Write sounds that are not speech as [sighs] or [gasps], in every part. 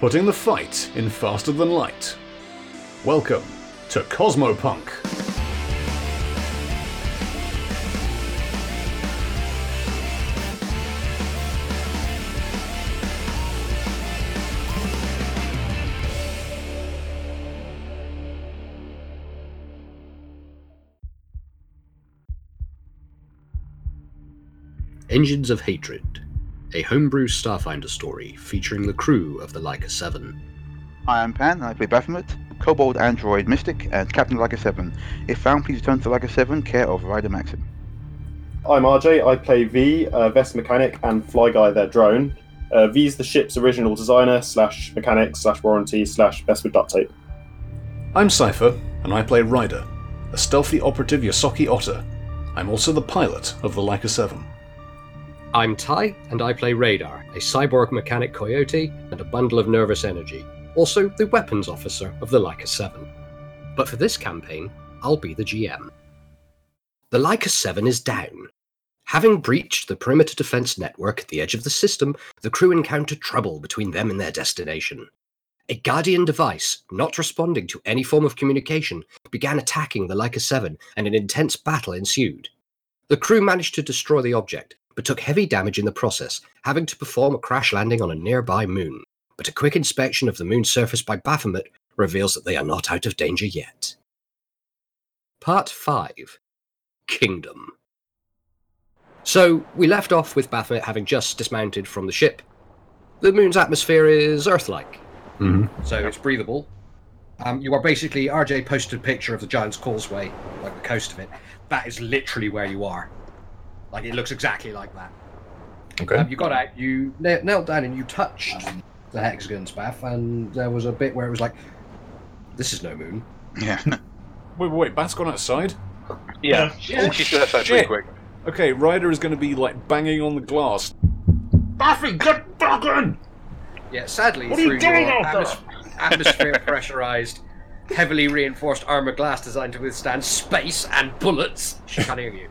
putting the fight in faster than light. Welcome to Cosmopunk. Engines of Hatred, a homebrew Starfinder story featuring the crew of the Leica 7. I am Pan, and I play Baphomet, Kobold Android Mystic, and Captain Leica 7. If found, please return to Leica 7, care of Rider Maxim. I'm RJ. I play V, uh, Vest Mechanic, and Fly Guy, their drone. Uh, V's the ship's original designer slash mechanic slash warranty slash best with duct tape. I'm Cypher, and I play Ryder, a stealthy operative Yasaki otter. I'm also the pilot of the Leica 7. I'm Ty, and I play Radar, a cyborg mechanic coyote and a bundle of nervous energy, also the weapons officer of the Leica 7. But for this campaign, I'll be the GM. The Leica 7 is down. Having breached the perimeter defense network at the edge of the system, the crew encounter trouble between them and their destination. A Guardian device, not responding to any form of communication, began attacking the Leica 7, and an intense battle ensued. The crew managed to destroy the object, but took heavy damage in the process, having to perform a crash landing on a nearby moon. But a quick inspection of the moon's surface by Baphomet reveals that they are not out of danger yet. Part 5 Kingdom. So, we left off with Baphomet having just dismounted from the ship. The moon's atmosphere is Earth like, Mm-hmm. so it's breathable. Um, you are basically RJ posted a picture of the Giant's Causeway, like the coast of it. That is literally where you are. Like it looks exactly like that. Okay. Um, you got out, you kna- knelt down, and you touched the hexagon's bath, and there was a bit where it was like, "This is no moon." Yeah. Wait, wait, wait, Bat's gone outside? Yeah. Yeah. Oh, she stood outside pretty Shit. quick. Okay, Ryder is going to be, like, banging on the glass. Buffy, get back in! Yeah, sadly, What are you through doing your out there? atmos- atmosphere pressurized, heavily reinforced armor glass designed to withstand space and bullets, she can't hear you.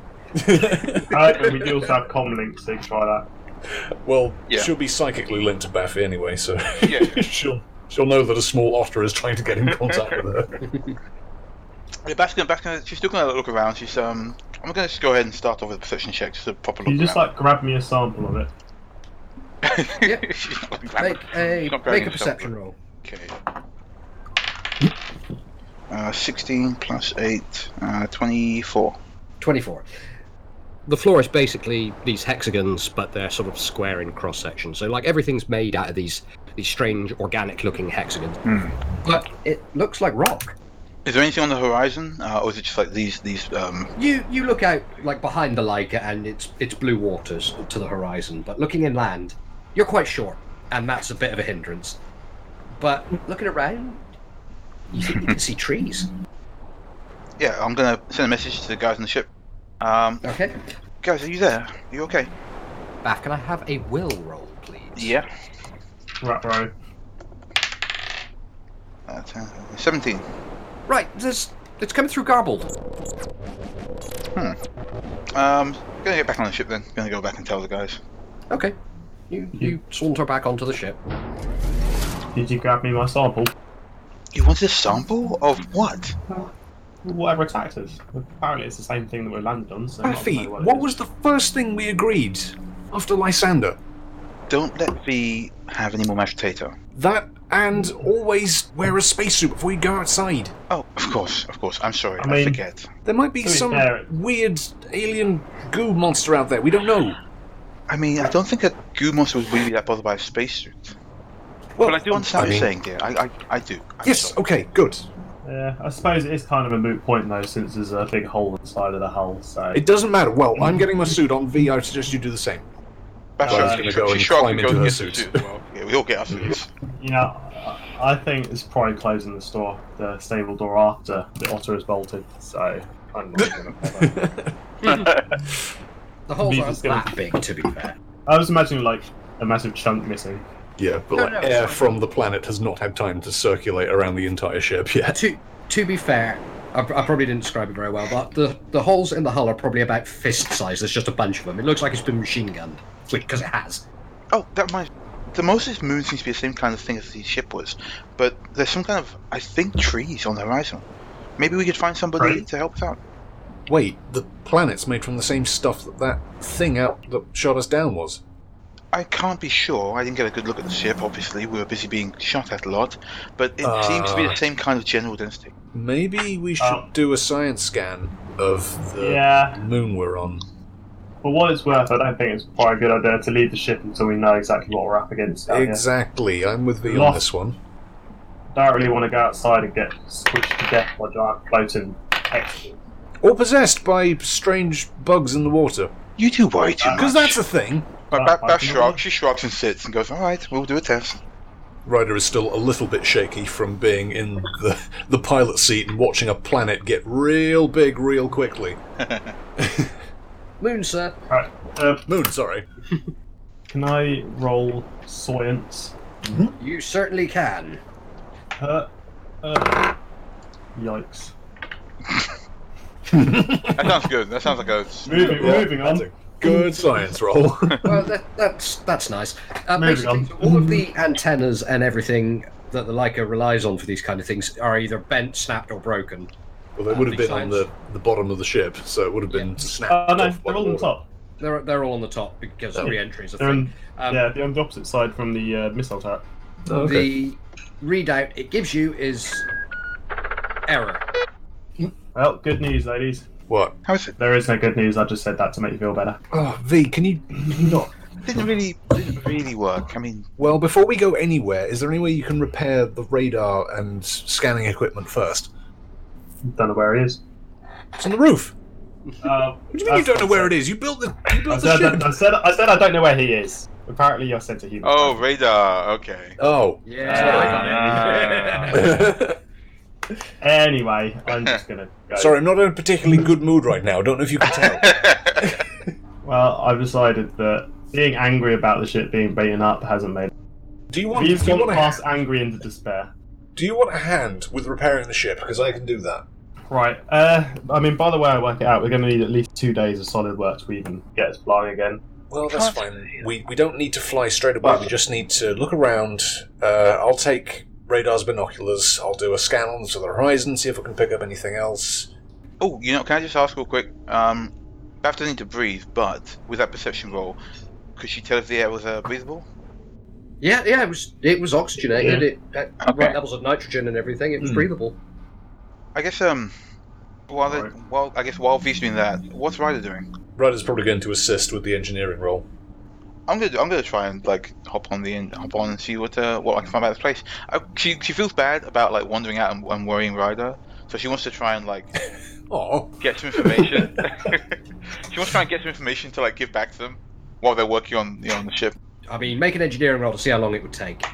Uh, and we do also have comlink, so you can try that. [laughs] Well, Yeah. she'll be psychically linked to Baffy anyway, so Yeah. [laughs] she'll she'll know that a small otter is trying to get in contact with her. yeah Bat's gonna, Bat's gonna, she's still gonna look around. She's, um, I'm gonna just go ahead and start off with a perception check, just a proper Can look you just around. like grab me a sample of it? [laughs] Yep. She's like Make a She's not grabbing make herself. a perception roll. Okay. Uh, 16 plus 8, uh, 24. 24. The floor is basically these hexagons, but they're sort of square in cross section. So, like, everything's made out of these these strange organic looking hexagons. But it looks like rock. Is there anything on the horizon, uh, or is it just like these, these, um, You you look out like behind the Leica, and it's it's blue waters to the horizon. But looking inland, you're quite short, and that's a bit of a hindrance. But looking around, you think you can see trees. Yeah, I'm gonna send a message to the guys on the ship. Um, Okay, guys, are you there? Are you okay? Bath, can I have a will roll, please? Yeah. Right, row. Uh, 10, 17. Right, this it's coming through garbled. Um, gonna get back on the ship then. Gonna go back and tell the guys. Okay. You you saunter back onto the ship. Did you grab me my sample? You want a sample of what? Whatever attacked us. Apparently, it's the same thing that we landed on. So I Baffy, don't know what it was the first thing we agreed after Lysander? Don't let V have any more mashed potato. That and always wear a spacesuit before you go outside. Oh, of course, of course. I'm sorry, I I, mean- forget. There might be Who is some there? weird alien goo monster out there. We don't know. I mean, I don't think that goo monster was really that bothered by a spacesuit. Well, But I do understand I what mean- you're saying, dear. I, I, I do. I'm Yes. sorry. Okay. Good. is. Yeah, I suppose it is kind of a moot point though, since there's a big hole inside of the hull. So It doesn't matter. Well, I'm getting my suit on. V. I suggest you do the same. That's I right, was she oh, gonna shrug- go she and shrugged climb goes into Mm-hmm. her gets the suit. suit as well. yeah, we all get our suits. you know, I- I think it's probably closing the store, the stable door after the otter is bolted. So I'm not [laughs] gonna bother. The holes Means aren't it's gonna- that big, to be fair. I was imagining like a massive chunk missing. Yeah, but No, like no, it's air fine. from the planet has not had time to circulate around the entire ship yet. Uh, To to be fair, I, I probably didn't describe it very well, but the the holes in the hull are probably about fist size. There's just a bunch of them. It looks like it's been machine gunned, which because it has. Oh, that reminds the most of this moon seems to be the same kind of thing as the ship was, but there's some kind of, I think, trees on the horizon. Maybe we could find somebody Right. to help us out. Wait, the planet's made from the same stuff that that thing out that shot us down was. I can't be sure. I didn't get a good look at the ship, obviously. We were busy being shot at a lot, but it seems to be Uh. the same kind of general density. Maybe we should Oh. do a science scan of the Yeah, moon we're on. for what it's worth, I don't think it's quite a good idea to leave the ship until we know exactly what we're up against. down here. exactly, I'm with V on Lost. this one. Don't really want to go outside and get squished to death by giant floating extras. Or possessed by strange bugs in the water. You do worry too much. Because Uh, that's a thing. But Uh, Bab- I Bab can- shrugs, she shrugs and sits and goes, Alright, we'll do a test. Ryder is still a little bit shaky from being in the, the pilot seat and watching a planet get real big real quickly. Moon, sir. Right. Uh, Moon, sorry. can I roll science? You certainly can. Uh, uh, yikes. [laughs] That sounds good. That sounds like a. Moving, Yeah, moving on. that's a Good science roll. well, that, that's that's nice. Uh, Moving basically, on. so all of the antennas and everything that the Leica relies on for these kind of things are either bent, snapped, or broken. Well, they would have been on the, the bottom of the ship, so it would have been snapped Oh no, off by they're all the on the water. top. They're they're all on the top because Oh. re-entry is a They're thing. on, Um, yeah, they're on the opposite side from the uh, missile attack. Oh, okay. The readout it gives you is error. Well, good news, ladies. What? [laughs] How is it? There is no good news. I just said that to make you feel better. Oh, V, can you, [laughs] can you not? Didn't really, didn't really work. I mean, Well, before we go anywhere, is there any way you can repair the radar and s- scanning equipment first? Don't know where he is. It's on the roof. Uh, What do you mean you don't know where it is? You built the, you I built the said, ship. I, said, I said I don't know where he is. Apparently, you're sent to human. oh, radar. Okay. Oh. Yeah, Ah. Anyway, I'm just gonna. [laughs] Go. Sorry, I'm not in a particularly good mood right now. I don't know if you can [laughs] tell. Well, I've decided that being angry about the ship being beaten up hasn't made. Do you want? We've Do you gone want, a, past angry into despair. do you want a hand with repairing the ship? Because I can do that. Right. Uh, I mean, by the way, I work it out. We're going to need at least two days of solid work to even get us flying again. Well, that's Can't- fine. We we don't need to fly straight away. We just need to look around. Uh, I'll take radar's binoculars. I'll do a scan on to the horizon, see if I can pick up anything else. [laughs] oh, you know, can I just ask real quick? Um, Bab doesn't need to breathe, but with that perception roll, could she tell if the air was uh, breathable? [laughs] yeah, yeah. It was it was oxygenated. It at Okay. right levels of nitrogen and everything. It was Hmm. breathable. I guess, um, while, they, Right. while I guess while V's doing that, what's Ryder doing? Radar's probably going to assist with the engineering role. I'm gonna I'm gonna try and like hop on the in, hop on and see what uh, what I can find about this place. I, she she feels bad about like wandering out and, and worrying Ryder, so she wants to try and like Oh, get some information. [laughs] she wants to try and get some information to like give back to them while they're working on you know, on the ship. I mean, make an engineering roll to see how long it would take to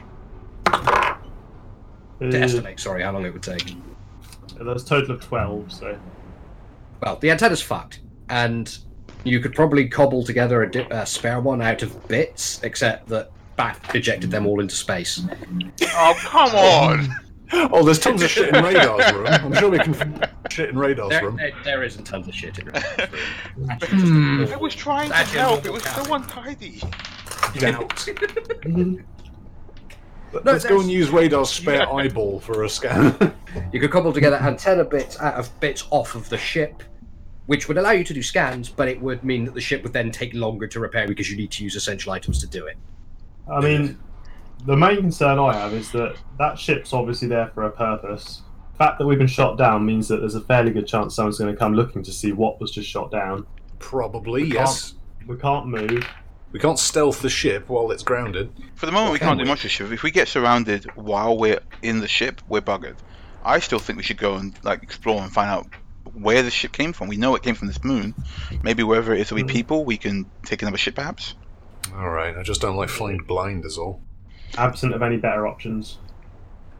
Uh, estimate. Sorry, how long it would take. there's a total of twelve, so Well, the antenna's fucked, and you could probably cobble together a, di- a spare one out of bits, except that Bat ejected them all into space. Oh come on! oh, there's tons of shit in radar's room. I'm sure we can find shit in radar's There, room. there- there isn't tons of shit in it. I was trying to Actually, help. I'm It was not so untidy. Doubt. Let's go and use radar's spare eyeball for a scan. [laughs] You could cobble together Mm-hmm. antenna bits out of bits off of the ship, which would allow you to do scans, but it would mean that the ship would then take longer to repair because you need to use essential items to do it. I mean, the main concern I have is that that ship's obviously there for a purpose. The fact that we've been shot down means that there's a fairly good chance someone's going to come looking to see what was just shot down. Probably, can't- yes. We can't move. We can't stealth the ship while it's grounded. For the moment, we Can can't do we? much of the ship. If we get surrounded while we're in the ship, we're buggered. I still think we should go and like explore and find out where the ship came from. We know it came from this moon. Maybe wherever it is, there'll be Mhm. people. We can take another ship, perhaps. All right, I just don't like flying blind, is all. Absent of any better options.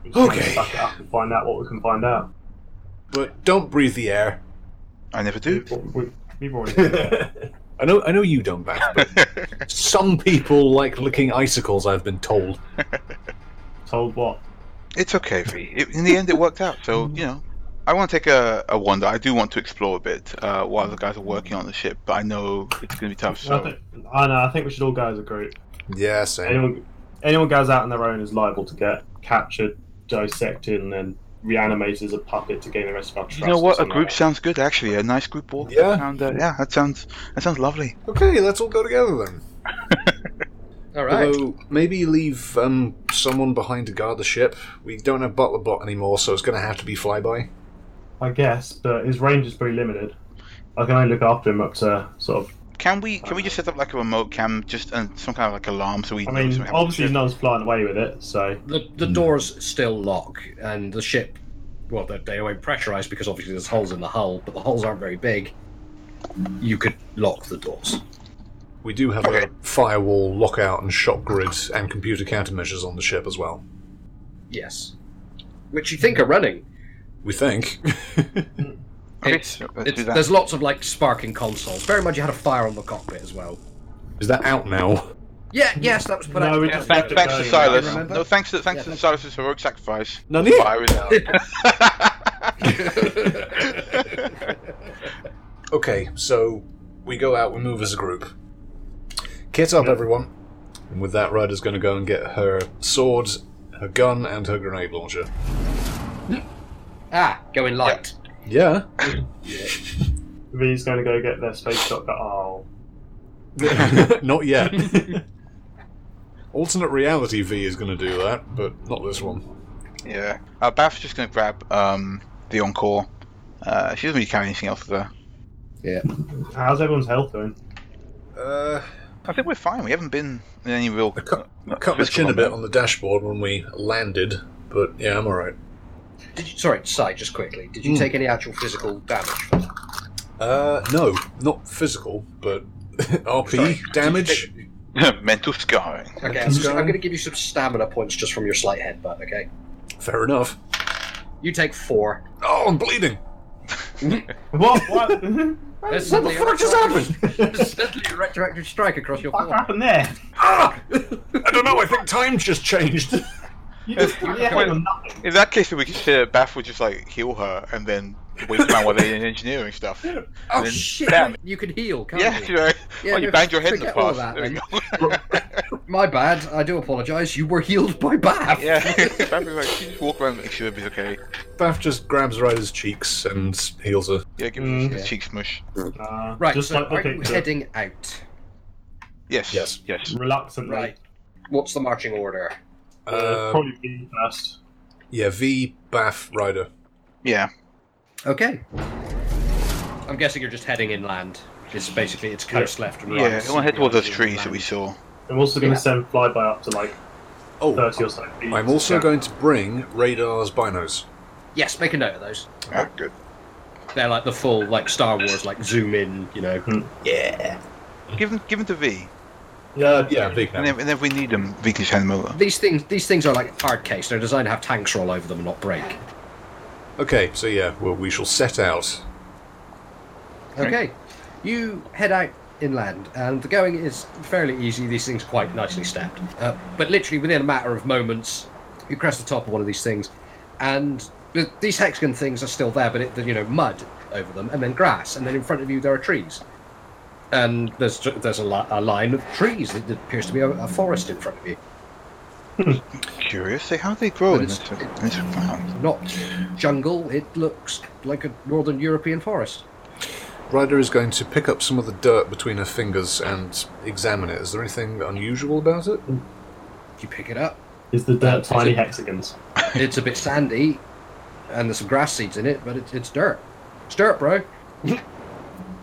We just Okay. gotta Suck it up and find out what we can find out. But don't breathe the air. I never do. We've, we- we've already. [laughs] I know, I know you don't, Bat, but some people like licking icicles. I've been told. told what? [laughs] it's okay, V. It, in the end, it worked out. So you know, I want to take a, a wander. I do want to explore a bit uh, while the guys are working on the ship, but I know it's going to be tough. I, So think, I know. I think we should all go as a group. Yeah, same. Anyone, anyone goes out on their own is liable to get captured, dissected, and then reanimated as a puppet to gain the rest of our trust. You know or what? A something group like that. sounds good, actually. A nice group walk. Yeah. And, uh, yeah, that sounds that sounds lovely. Okay, let's all go together then. All right. Although maybe leave um, someone behind to guard the ship. We don't have Butler Bot anymore, so it's going to have to be Flyby. I guess, but his range is pretty limited. I can only look after him up to sort of. Can we can we just set up like a remote cam, just and some kind of like alarm, so we I know mean, something happened to obviously the ship? no one's flying away with it, so The, the Mm. doors still lock, and the ship, well, they, they won't pressurize because obviously there's holes in the hull, but the holes aren't very big. You could lock the doors. We do have Okay. a firewall, lockout, and shock grid and computer countermeasures on the ship as well. Yes. Which you think are running. We think. [laughs] Okay, It's- so let's It's, do that. there's lots of like sparking consoles. Bear in mind you had a fire on the cockpit as well. Is that out now? Yeah, yes, that was put No, out. we yeah, just that backed was- Thanks it back to Yeah, Silas. remember? No, thanks to thanks Yeah, to Silas's heroic sacrifice. None of you. Fire is [laughs] out. Okay, so we go out, we move as a group. Kit up, everyone. And with that, Ryder's going to go and get her sword, her gun, and her grenade launcher. ah, going light. Yeah. V's going to go get their space shotgun. Oh, [laughs] not yet. Alternate reality V is going to do that, but not this one. yeah. Uh, Bath's just gonna grab um the encore. Uh, she doesn't really carry anything else there. how's everyone's health doing? Uh, I think we're fine. We haven't been in any real. I cut, cut my chin a bit on the dashboard when we landed, but yeah, I'm alright. Did you, sorry, sight just quickly. Did you Hmm. take any actual physical damage from that? Uh, no, not physical, but [laughs] RP damage. [laughs] mental scarring. Okay, I'm, Let's just- go. I'm going to give you some stamina points just from your slight headbutt. Okay, Fair enough. you take [laughs] four. Oh, I'm bleeding. What? What? What suddenly a retroactive- Suddenly a retroactive strike across your what forearm. happened there? Ah! I don't know. I think time's just changed. [laughs] You just you hit him with nothing. In that case, we could say that Bath would just like heal her and then wait around while they're in engineering stuff. Oh And then- shit! Damn. You can heal, can't Yeah, you? you know. Yeah, oh, you no, banged your head in the forget all past. that, There we then. go. [laughs] My bad. I do apologise. You were healed by Bath. yeah. [laughs] Bath was like, she just walk around and make sure everybody's okay. Bath just grabs Ryder's cheeks and heals her. Yeah, give her Mm. a Yeah. cheek smush. Nah, Right. Uh, just so like are the you picture. heading out? Yes. Yes. Yes. Reluctantly. Right. What's the marching order? Uh, Uh, probably V first. yeah, V Bath Ryder. Yeah. Okay. I'm guessing you're just heading inland. It's basically it's coast left and right. Yeah. I want to head towards those trees that Inland. we saw. I'm also going to Yeah. send flyby up to like Oh, 30 or so feet. I'm also Yeah. going to bring Radar's binos. Yes, make a note of those. Ah, good. They're like the full like Star Wars like zoom in, you know. Give them, give them to V, Yeah, Yeah, big and then, and then if we need them, V can just hand them over. These things these things are like hard case. They're designed to have tanks roll over them and not break. Okay, so yeah, well, we shall set out. Okay. You head out inland, and the going is fairly easy. These things are quite nicely stacked. Uh, but literally within a matter of moments, you crest the top of one of these things, and th- these hexagon things are still there, but it, you know, mud over them, and then grass, and then in front of you there are trees. And there's ju- there's a, li- a line of trees. It appears to be a, a forest in front of you. Curious, say how they grow But in this, it's- in this ground. Not jungle. It looks like a northern European forest. Ryder is going to pick up some of the dirt between her fingers and examine it. Is there anything unusual about it? You pick it up. Is the dirt Is tiny it- hexagons? it's [laughs] a bit sandy, and there's some grass seeds in it, but it's, it's dirt. It's dirt, bro.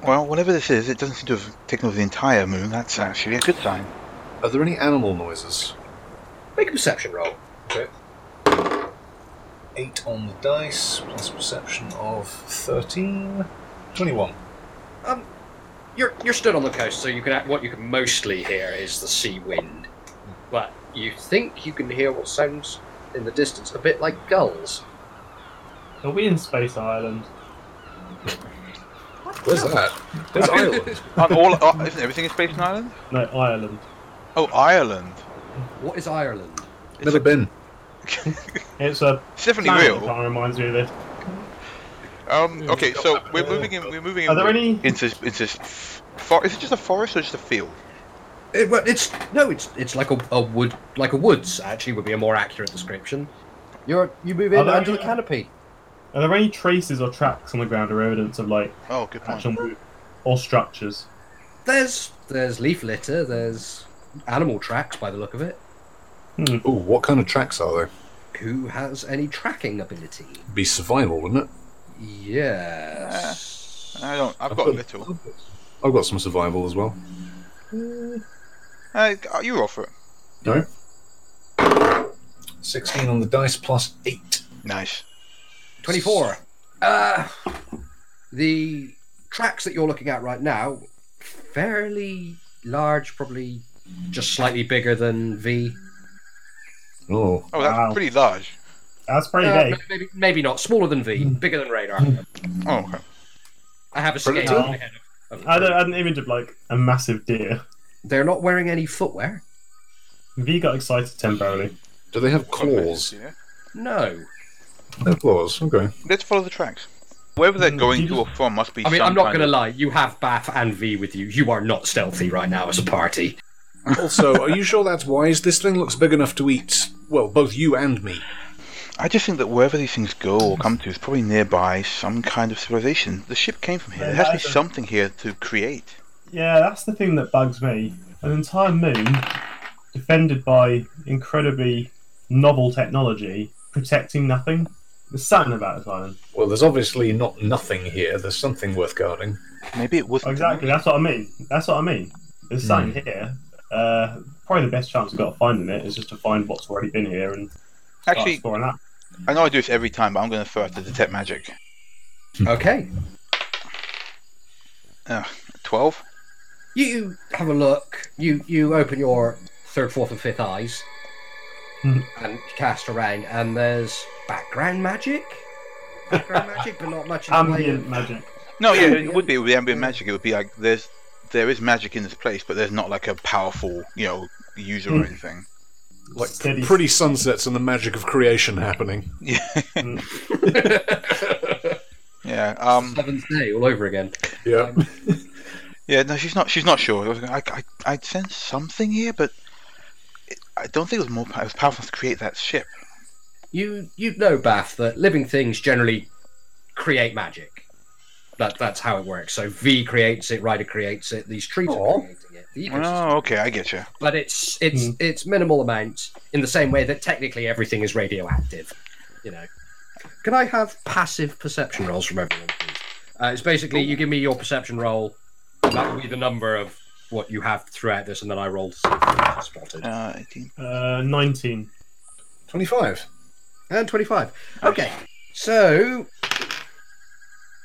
Well, whatever this is, it doesn't seem to have taken over the entire moon. That's actually a good sign. Are there any animal noises? Make a perception roll. Eight on the dice, plus perception of 13. 21. You're you're stood on the coast, so you can act- what you can mostly hear is the sea wind, but you think you can hear what sounds in the distance a bit like gulls. Are we in Space Island? Where's that? [laughs] Where's Ireland? Aren't all, uh, isn't everything in Space and Ireland? No, Ireland. Oh, Ireland. What is Ireland? Never been. It's a It's definitely planet real. that kinda reminds me of this. Um, okay, so we're moving in. We're moving in. Are there any? into into for, is it just a forest or just a field? It, well, it's no, it's it's like a, a wood, like a woods. Actually, would be a more accurate description. You're you move in Are there under the any- canopy. Are there any traces or tracks on the ground or evidence of like Oh, good point. actual move or structures? There's there's leaf litter. There's animal tracks by the look of it. Ooh, what kind of tracks are there? Who has any tracking ability? Be survival, wouldn't it? Yes. I don't. I've got a little. I've got some survival as well. Uh, you roll for it. No. Sixteen on the dice plus eight. Nice. 24. Uh, the tracks that you're looking at right now, fairly large, probably just slightly bigger than V. Oh, Oh, that's Wow. pretty large. That's pretty Uh, big. maybe, maybe not. Smaller than V, bigger than radar. Oh, okay. I have a scale Predator? in my head. Of, I, don't, of I didn't even do like a massive deer. They're not wearing any footwear. V got excited temporarily. do they have claws? Yeah. No. No claws. Okay. Let's follow the tracks. Wherever they're Mm, going you to or from must be. I mean, some I'm not kind going to of- lie. You have Bath and V with you. You are not stealthy right now as a party. Also, are you sure that's wise? This thing looks big enough to eat. Well, both you and me. I just think that wherever these things go or come to is probably nearby some kind of civilization. The ship came from here. There has to be Yeah, I- something here to create. Yeah, that's the thing that bugs me. An entire moon defended by incredibly novel technology, protecting nothing. There's something about this island. Well, there's obviously not nothing here. There's something worth guarding. Maybe it wasn't. Oh, Exactly, that's what I mean. That's what I mean. There's something here. Uh, probably the best chance we've got of finding it is just to find what's already been here and start Actually, exploring that. I know I do this every time, but I'm going to throw out the detect magic. Okay. Twelve. You have a look. You you open your third, fourth, and fifth eyes, Mhm. and cast around, and there's background magic. Background magic, but not much in the way. Ambient of- magic. No, yeah, Yeah. it would be it would be ambient magic. It would be like there's there is magic in this place, but there's not like a powerful you know user or Mm. anything. Like Steady. pretty sunsets and the magic of creation happening. Yeah, Seventh yeah. [laughs] Um, day all over again. Yeah. Yeah, no, she's not. She's not sure. I, was gonna- I, I, I'd sense something here, but it, I don't think it was more. pow- It was powerful enough to create that ship. You you know, Bath, that living things generally create magic. That that's how it works. So V creates it, Ryder creates it, these trees Aw. are creating it. The ecosystem. Oh, okay, I get you. But it's it's Hmm. it's minimal amounts in the same way that technically everything is radioactive. You know. Can I have passive perception rolls from everyone, please? Uh, it's basically you give me your perception roll. That will be the number of what you have throughout this, and then I roll to see if it's spotted. Uh, 18. Uh, 19. Twenty-five. And 25. Okay. So.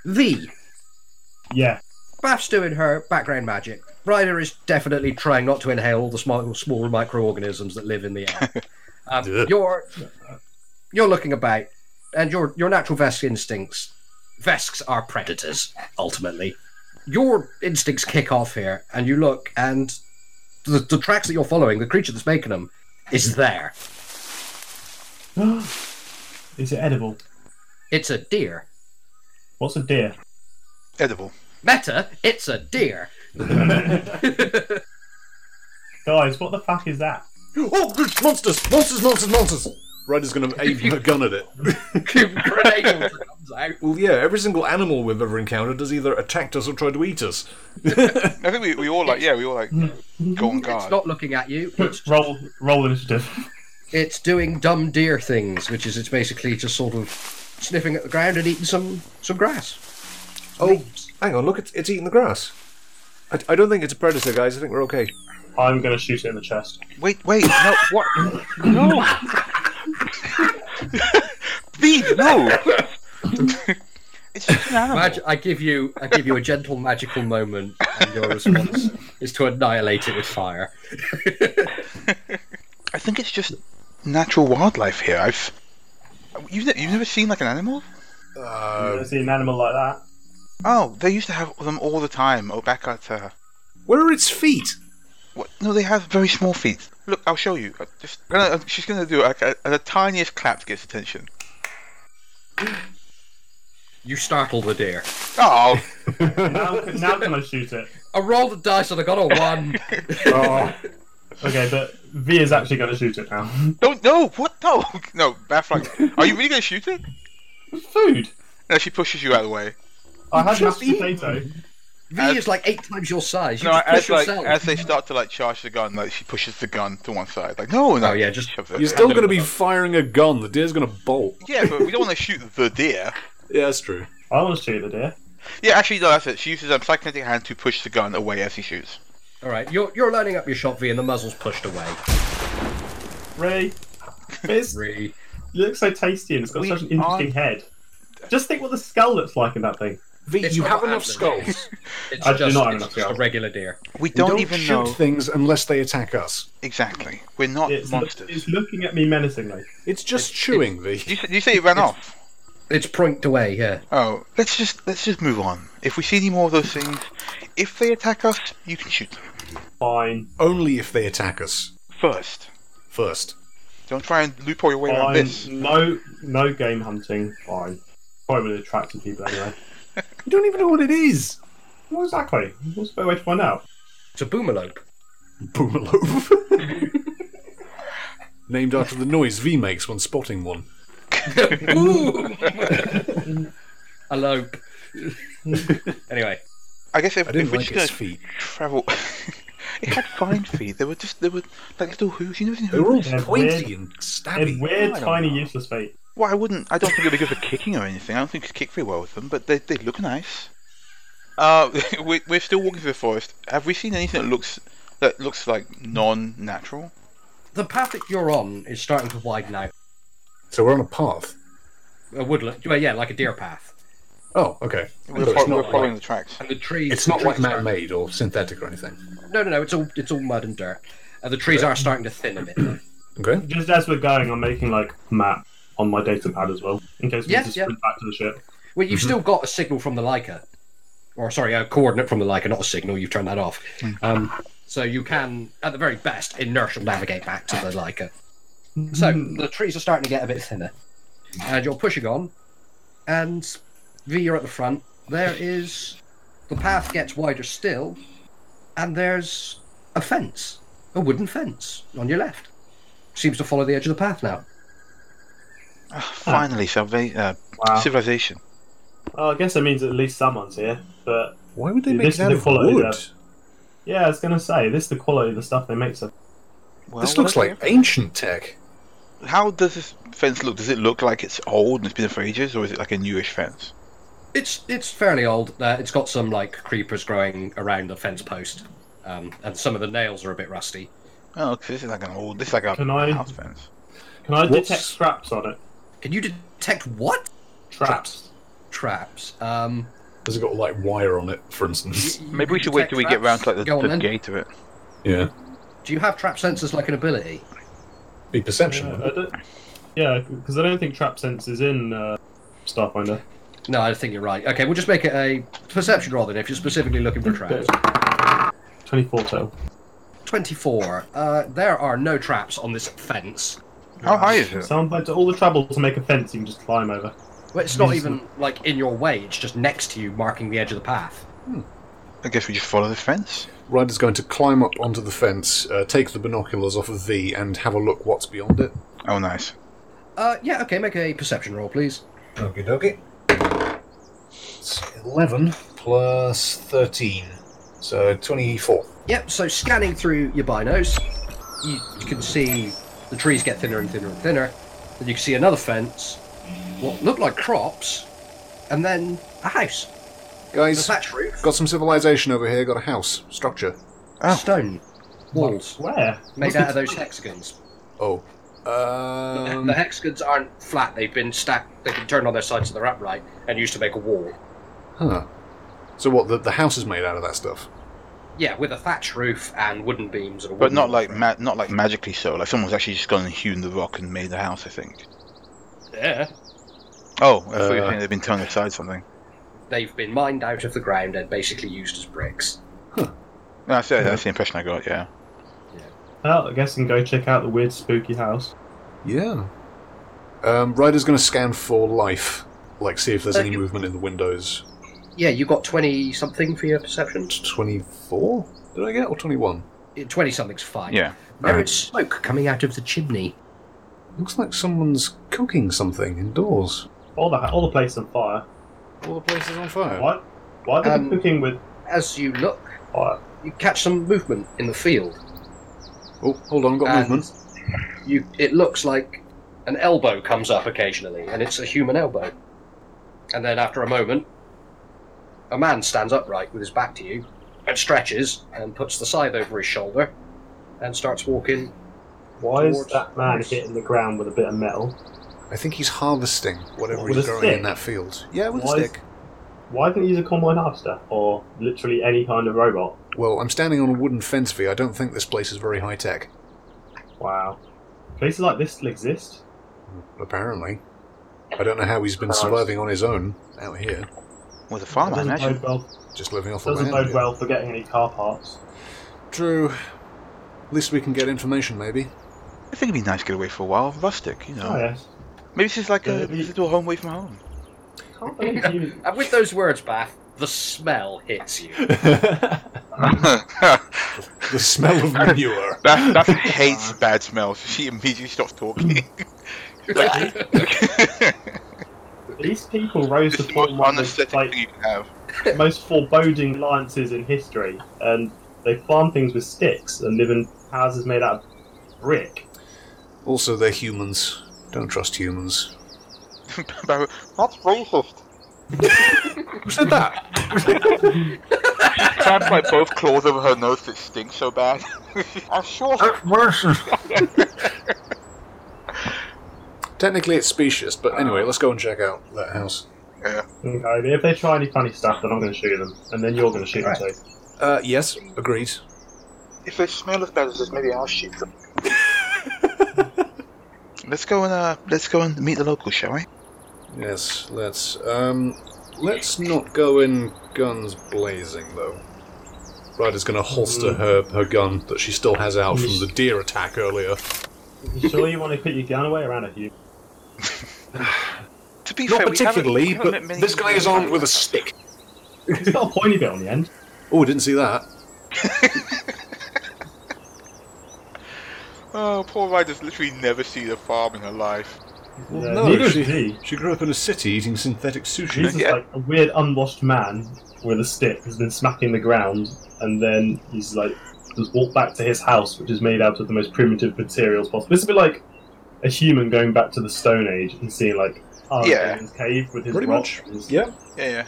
V. Yeah. [gasps] Bath's doing her background magic. Ryder is definitely trying not to inhale all the small, small microorganisms that live in the air. um, Ugh. you're you're looking about, and your your natural Vesk instincts. Vesks are predators, ultimately. Your instincts kick off here, and you look, and the, the tracks that you're following, the creature that's making them, is there. is it edible? It's a deer. What's a deer? Edible. Meta, it's a deer. [laughs] Guys, what the fuck is that? Oh, good. monsters! Monsters! Monsters! Monsters! Ryder's going to aim a gun at it. Grenade launcher comes out. Well, yeah. Every single animal we've ever encountered has either attacked us or tried to eat us. I think we, we all like. Yeah, we all like. Go on It's guard. not looking at you. It's Roll, roll initiative. [laughs] it's doing dumb deer things, which is it's basically just sort of sniffing at the ground and eating some some grass. Oh, hang on. Look, it's, it's eating the grass. I, I don't think it's a predator, guys. I think we're okay. I'm gonna shoot it in the chest. Wait, wait. No, what? No. Please, no. it's just an animal. Mag- I give you I give you a gentle magical moment, and your [laughs] response is to annihilate it with fire. [laughs] I think it's just natural wildlife here. I've. You've, ne- you've never seen like an animal? You Uh, ever see an animal like that? Oh, they used to have them all the time. Oh, back at uh, where are its feet? What? No, they have very small feet. Look, I'll show you. Uh, Just, I'm gonna- uh, she's gonna do like a, a, the tiniest clap to get its attention. You startle the deer. Oh, Now, now can I shoot it? I rolled a dice and I got a one. Oh. Okay, but V is actually going to shoot it now. [laughs] Don't no. What [laughs] no? No, Baffling. Are you really gonna shoot it? Food. No, she pushes you out of the way. I had mashed Just eat. potato. [laughs] V As- is like eight times your size. You No, just as push like yourself. as they start to like charge the gun, like she pushes the gun to one side. Like no, no. Oh, yeah, just- shoves it. You're still going to be firing a gun. The deer's going to bolt. Yeah, but we don't want to shoot the deer. Yeah, that's true. I want to shoot the deer. Yeah, actually, no, that's it. She uses a psychokinetic hand to push the gun away as he shoots. All right, you're you're loading up your shot V, and the muzzle's pushed away. Ray, Fizz, it Re- looks so tasty and it's got We such an interesting head. Just think what the skull looks like in that thing. V, It's you not have enough happening. skulls. It's I do just, not have it's enough just a shells. regular deer. We We don't, even shoot know things unless they attack us. exactly. We're not It's, monsters. it's looking at me menacingly. It's just chewing, V. You, s- you say it ran off. It's proinked away. Yeah. Oh, let's just let's just move on. If we see any more of those things, if they attack us, you can shoot them Fine, Only if they attack us first. first. Don't try and loophole your way around fine. this. No, no game hunting. Fine. Probably would have attracted people anyway. You don't even know what it is. well, exactly. What's a better way to find out? It's a boomalope. Boomalope. [laughs] Named after the noise V makes when spotting one. Ooh. a lope. anyway, I guess if, I if didn't we're like its just gonna feet. travel, [laughs] it had fine feet. They were just they were like little hooves. You know They were all They're weird- pointy and They stabby. had weird, I don't tiny, know. useless feet. Well, I wouldn't. I don't think it'd be good for kicking or anything. I don't think you could kick very well with them, but they they look nice. Uh, [laughs] we, we're still walking through the forest. Have we seen anything that looks that looks like non-natural? the path that you're on is starting to widen out. So we're on a path. A woodland. Well, yeah, like a deer path. Oh, okay. We're, So it's fo- not we're like- following the tracks. And the trees. It's not the like trees are- man-made or synthetic or anything. No, no, no. It's all it's all mud and dirt. Uh, the trees are starting to thin a bit. though. Okay. Just as we're going, I'm making like a map on my data pad as well, in case we Yeah, just yeah. sprint back to the ship. Well, you've still got a signal from the Leica, or sorry, a coordinate from the Leica, not a signal. You've turned that off. Um, so you can, at the very best, inertial navigate back to the Leica. So the trees are starting to get a bit thinner, and you're pushing on, and V, you're at the front. There is the path gets wider still, and there's a fence, a wooden fence on your left. Seems to follow the edge of the path now. Ah, finally, salva- uh, Wow. civilization. Well, I guess it means at least someone's here, but Why would they Yeah, make this it out is of the quality wood? of- yeah, I was gonna say this is the quality of the stuff they make. So Well, This looks like ancient tech. How does this fence look? Does it look like it's old and it's been there for ages, or is it like a newish fence? It's it's fairly old. Uh, it's got some like creepers growing around the fence post, um, and some of the nails are a bit rusty. Oh, 'cause this is like an old. This is like a Can I- house fence. can I What's- detect traps on it? Can you detect what Traps. traps? Um, Has it got like wire on it, for instance? you Maybe we can should wait detect till we get round traps. to like the, Go on the then. gate of it. yeah. Do you have trap sensors like an ability? Be perception. Yeah, wouldn't I it? don't- Yeah, because I don't think trap sense is in uh, Starfinder. No, I think you're right. Okay, we'll just make it a perception rather than if you're specifically looking for traps. Twenty-four total. Twenty-four. Uh, there are no traps on this fence. How high is it? Someone went to all the trouble to make a fence you can just climb over. Well, it's not even like in your way. It's just next to you, marking the edge of the path. I guess we just follow the fence. uh, Ryder's going to climb up onto the fence, uh, take the binoculars off of V, and have a look what's beyond it. Oh, nice. Uh, yeah. Okay, make a perception roll, please. Okie dokie. It's 11 plus 13. So 24. Yep, so scanning through your binos, you, you can see the trees get thinner and thinner and thinner. Then you can see another fence, what look like crops, and then a house. A Guys, thatch roof, got some civilization over here, got a house, structure. Oh. stone, walls, Where? made out of those hexagons. Oh. Um, the hexagons aren't flat, they've been stacked, they've been turned on their sides so they're upright, and used to make a wall. huh. So what, the, the house is made out of that stuff? Yeah, with a thatch roof and wooden beams. And a But wooden not like roof. ma- not like magically so. Like someone's actually just gone and hewn the rock and made a house. I think. Yeah. Oh, I thought you were Uh, saying they've been turned aside something. They've been mined out of the ground and basically used as bricks. No, that's, that's the impression I got. Yeah. Well, I guess I can go check out the weird, spooky house. Yeah. Um, Ryder's going to scan for life, like see if there's any Okay. movement in the windows. Yeah, you got 20 something for your perception? 24? Did I get? Or 21? 20 something's fine. Yeah. There is smoke coming out of the chimney. Looks like someone's cooking something indoors. All the all the place on fire. All the place is on fire. Why? Why are they Um, cooking with As you look, fire? you catch some movement in the field. Oh, hold on, got and movement. You, it looks like an elbow comes up occasionally, and it's a human elbow. And then after a moment, a man stands upright with his back to you and stretches and puts the scythe over his shoulder and starts walking. Why is towards- that man hitting the ground with a bit of metal? I think he's harvesting whatever With he's a growing stick? in that field. Yeah, with Why a is- stick. Why didn't he use a combine harvester or literally any kind of robot? Well, I'm standing on a wooden fence for you. I don't think this place is very high tech. Wow. Places like this still exist. Apparently. I don't know how he's been Christ. surviving on his own out here, With a farm, I doesn't imagine. bode well. just living off the Doesn't land. bode well for getting any car parts. True. At least we can get information, maybe. I think it'd be nice to get away for a while. Rustic, you know. Oh yes. Maybe this is like Yeah, a it'd be- this is a home away from home. Can't believe you. And with those words, Bath, the smell hits you. [laughs] The smell of manure. [laughs] That that hates [laughs] bad smells. She immediately stops talking. These people rose [laughs] to It's the form most one of the unaesthetic like, thing you can have. [laughs] most foreboding alliances in history, and they farm things with sticks and live in houses made out of brick. Also, they're humans. Don't trust humans. Barrow, That's racist. Who said that? Trapped by both claws over her nose that stinks so bad. [laughs] I'm sure. Technically, it's specious, but anyway, let's go and check out that house. Okay, but if they try any funny stuff, then I'm going to shoot them, and then you're going to shoot them too. Uh, yes, agreed. If they smell as bad as this, maybe I'll shoot them. let's go and uh, let's go and meet the locals, shall we? Yes, let's. Um, let's not go in guns blazing, though. Ryder's going to Mm. holster her, her gun that she still has out from the deer attack earlier. You sure you want to put your gun away around a you? To be Not fair, we particularly, haven't, we haven't but met many this guy is armed with a stick. It's got a pointy bit on the end. Oh, didn't see that. Oh, poor Ryder's literally never seen a farm in her life. Well, Yeah, no, neither she- is he. She grew up in a city eating synthetic sushi. He's just like a weird unwashed man with a stick who's been smacking the ground, and then he's like just walked back to his house, which is made out of the most primitive materials possible. It's a bit like a human going back to the Stone Age and seeing like Iron Yeah. Man's cave with his Pretty rock. much. and his- Yeah. Yeah, yeah.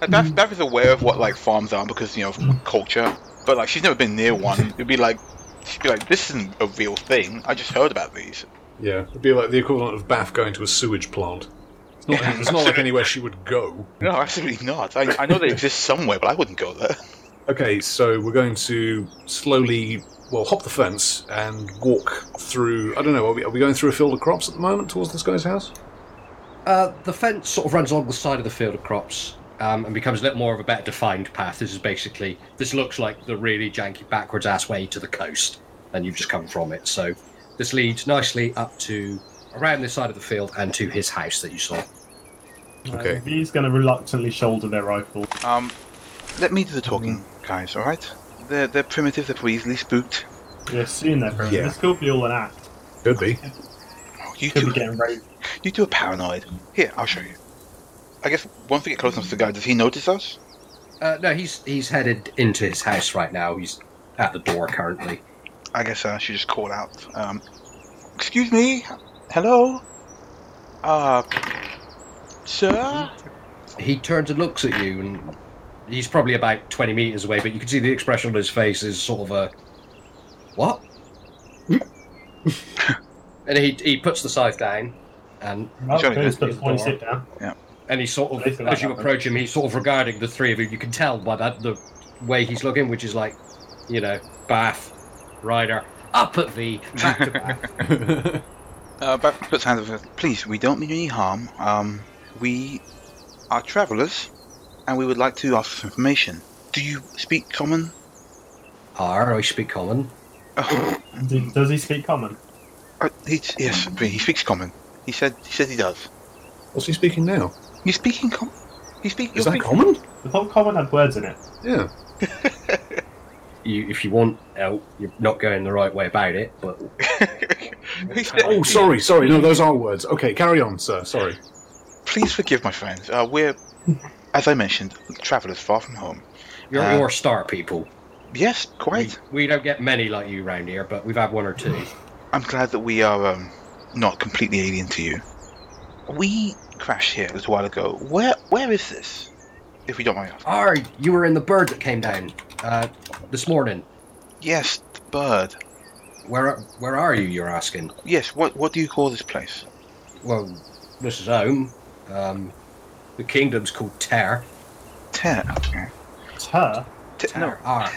Like, Beth, Beth is aware of what like farms are because you know of culture, but like she's never been near one. It'd be like she'd be like, "This isn't a real thing. I just heard about these." Yeah, it'd be like the equivalent of Bath going to a sewage plant. It's not, it's not [laughs] like anywhere she would go. No, absolutely not. I, I know they exist somewhere, but I wouldn't go there. Okay, so we're going to slowly, well, hop the fence and walk through. I don't know, are we, are we going through a field of crops at the moment towards this guy's house? Uh, the fence sort of runs along the side of the field of crops um, and becomes a little more of a better defined path. This is basically this looks like the really janky backwards ass way to the coast, and you've just come from it. So this leads nicely up to around this side of the field and to his house that you saw. Okay. Uh, he's going to reluctantly shoulder their rifle. Um, let me do the talking, Mm-hmm. guys. All right? They're they're primitive. They're pretty easily spooked. Yeah, soon they're Yeah. yeah. This could be all an act. Could be. Oh, you Could two, be getting raped. you two are paranoid. Here, I'll show you. I guess once we get close enough to the guy, does he notice us? Uh, no, he's he's headed into his house right now. He's at the door currently. I guess uh, I should just call out. Um, excuse me. Hello. Uh, sir. Mm-hmm. He turns and looks at you, and he's probably about twenty meters away. But you can see the expression on his face is sort of a [laughs] what? and he he puts the scythe down, and Oh, Johnny, good, put the that's- pointy stick down. and he sort of Basically as like you that, then. approach him, he's sort of regarding the three of you. You can tell by that the way he's looking, which is like, you know, Bath, Ryder, up at V, back [laughs] to Bath. Uh, but puts hand over. Please, we don't mean any harm. Um, we are travellers, and we would like to ask for information. Do you speak [laughs] common? R, I speak common. Oh, Do- Does he speak common? uh, he, yes, he speaks common. He said. He said he does. [laughs] What's he speaking now? You're speaking common. You speak. Is you're that speak- common? The whole comment had words in it. Yeah. You, if you want help, you're not going the right way about it. But [laughs] He said- Oh, sorry, sorry. No, those are words. Okay, carry on, sir. Sorry. Please forgive my friends. Uh, we're, as I mentioned, travellers far from home. you're, Uh, you're star people. Yes, We, quite. we don't get many like you round here, but we've had one or two. [sighs] I'm glad that we are um, not completely alien to you. We crashed here a little while ago. Where where is this? If you don't mind asking. Ah, you were in the bird that came down uh, this morning. Yes, the bird. Where where are you? You're asking. Yes, what what do you call this place? Well, this is home. Um, the kingdom's called Ter. Ter. Okay. It's her. Ter- Ter. no. Ah,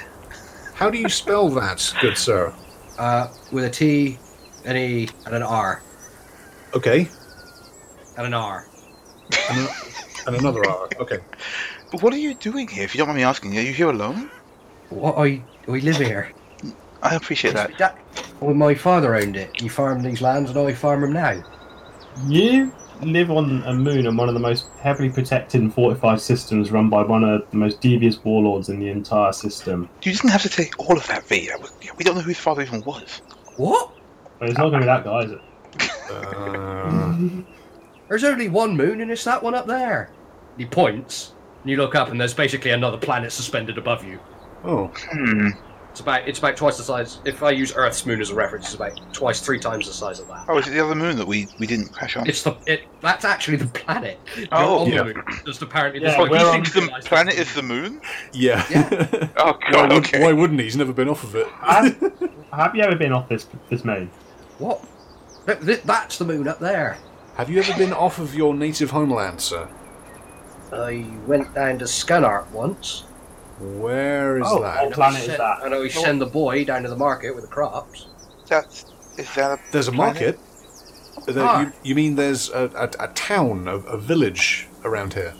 How do you spell that, good sir? uh, with a T, an E, and an R, Okay. and an R. And, a- and another R. Okay. But what are you doing here? If you don't mind me asking, are you here alone? What are you, we live here? I appreciate that. That- Well, my father owned it. He farmed these lands, and I farm them now. You live on a moon on one of the most heavily protected and fortified systems run by one of the most devious warlords in the entire system. You didn't have to take all of that, V. That was- We don't know who his father even was. What? But it's not going to be that guy, is it? Uh, There's only one moon, and it's that one up there. He points, and you look up, and there's basically another planet suspended above you. oh, Hmm. It's about it's about twice the size. If I use Earth's moon as a reference, it's about twice, three times the size of that. Oh, is it the other moon that we, we didn't crash on? It's the it. That's actually the planet. You're Oh, on the yeah. moon. Just apparently. Yeah, this Oh, one we're he on- thinks the planet is the [laughs] moon? yeah. Uh, Oh, [laughs] why, God, would, okay. why wouldn't he? He's never been off of it. Have, [laughs] have you ever been off this this moon? What? Th- th- that's the moon up there. Have you ever been off of your native homeland, sir? I went down to Scanart once. Where is Oh, that? What planet is that? And I always send the boy down to the market with the crops. That's, is that a... There's a market. There- Ah. you, you mean there's a, a, a town, a, a village around here?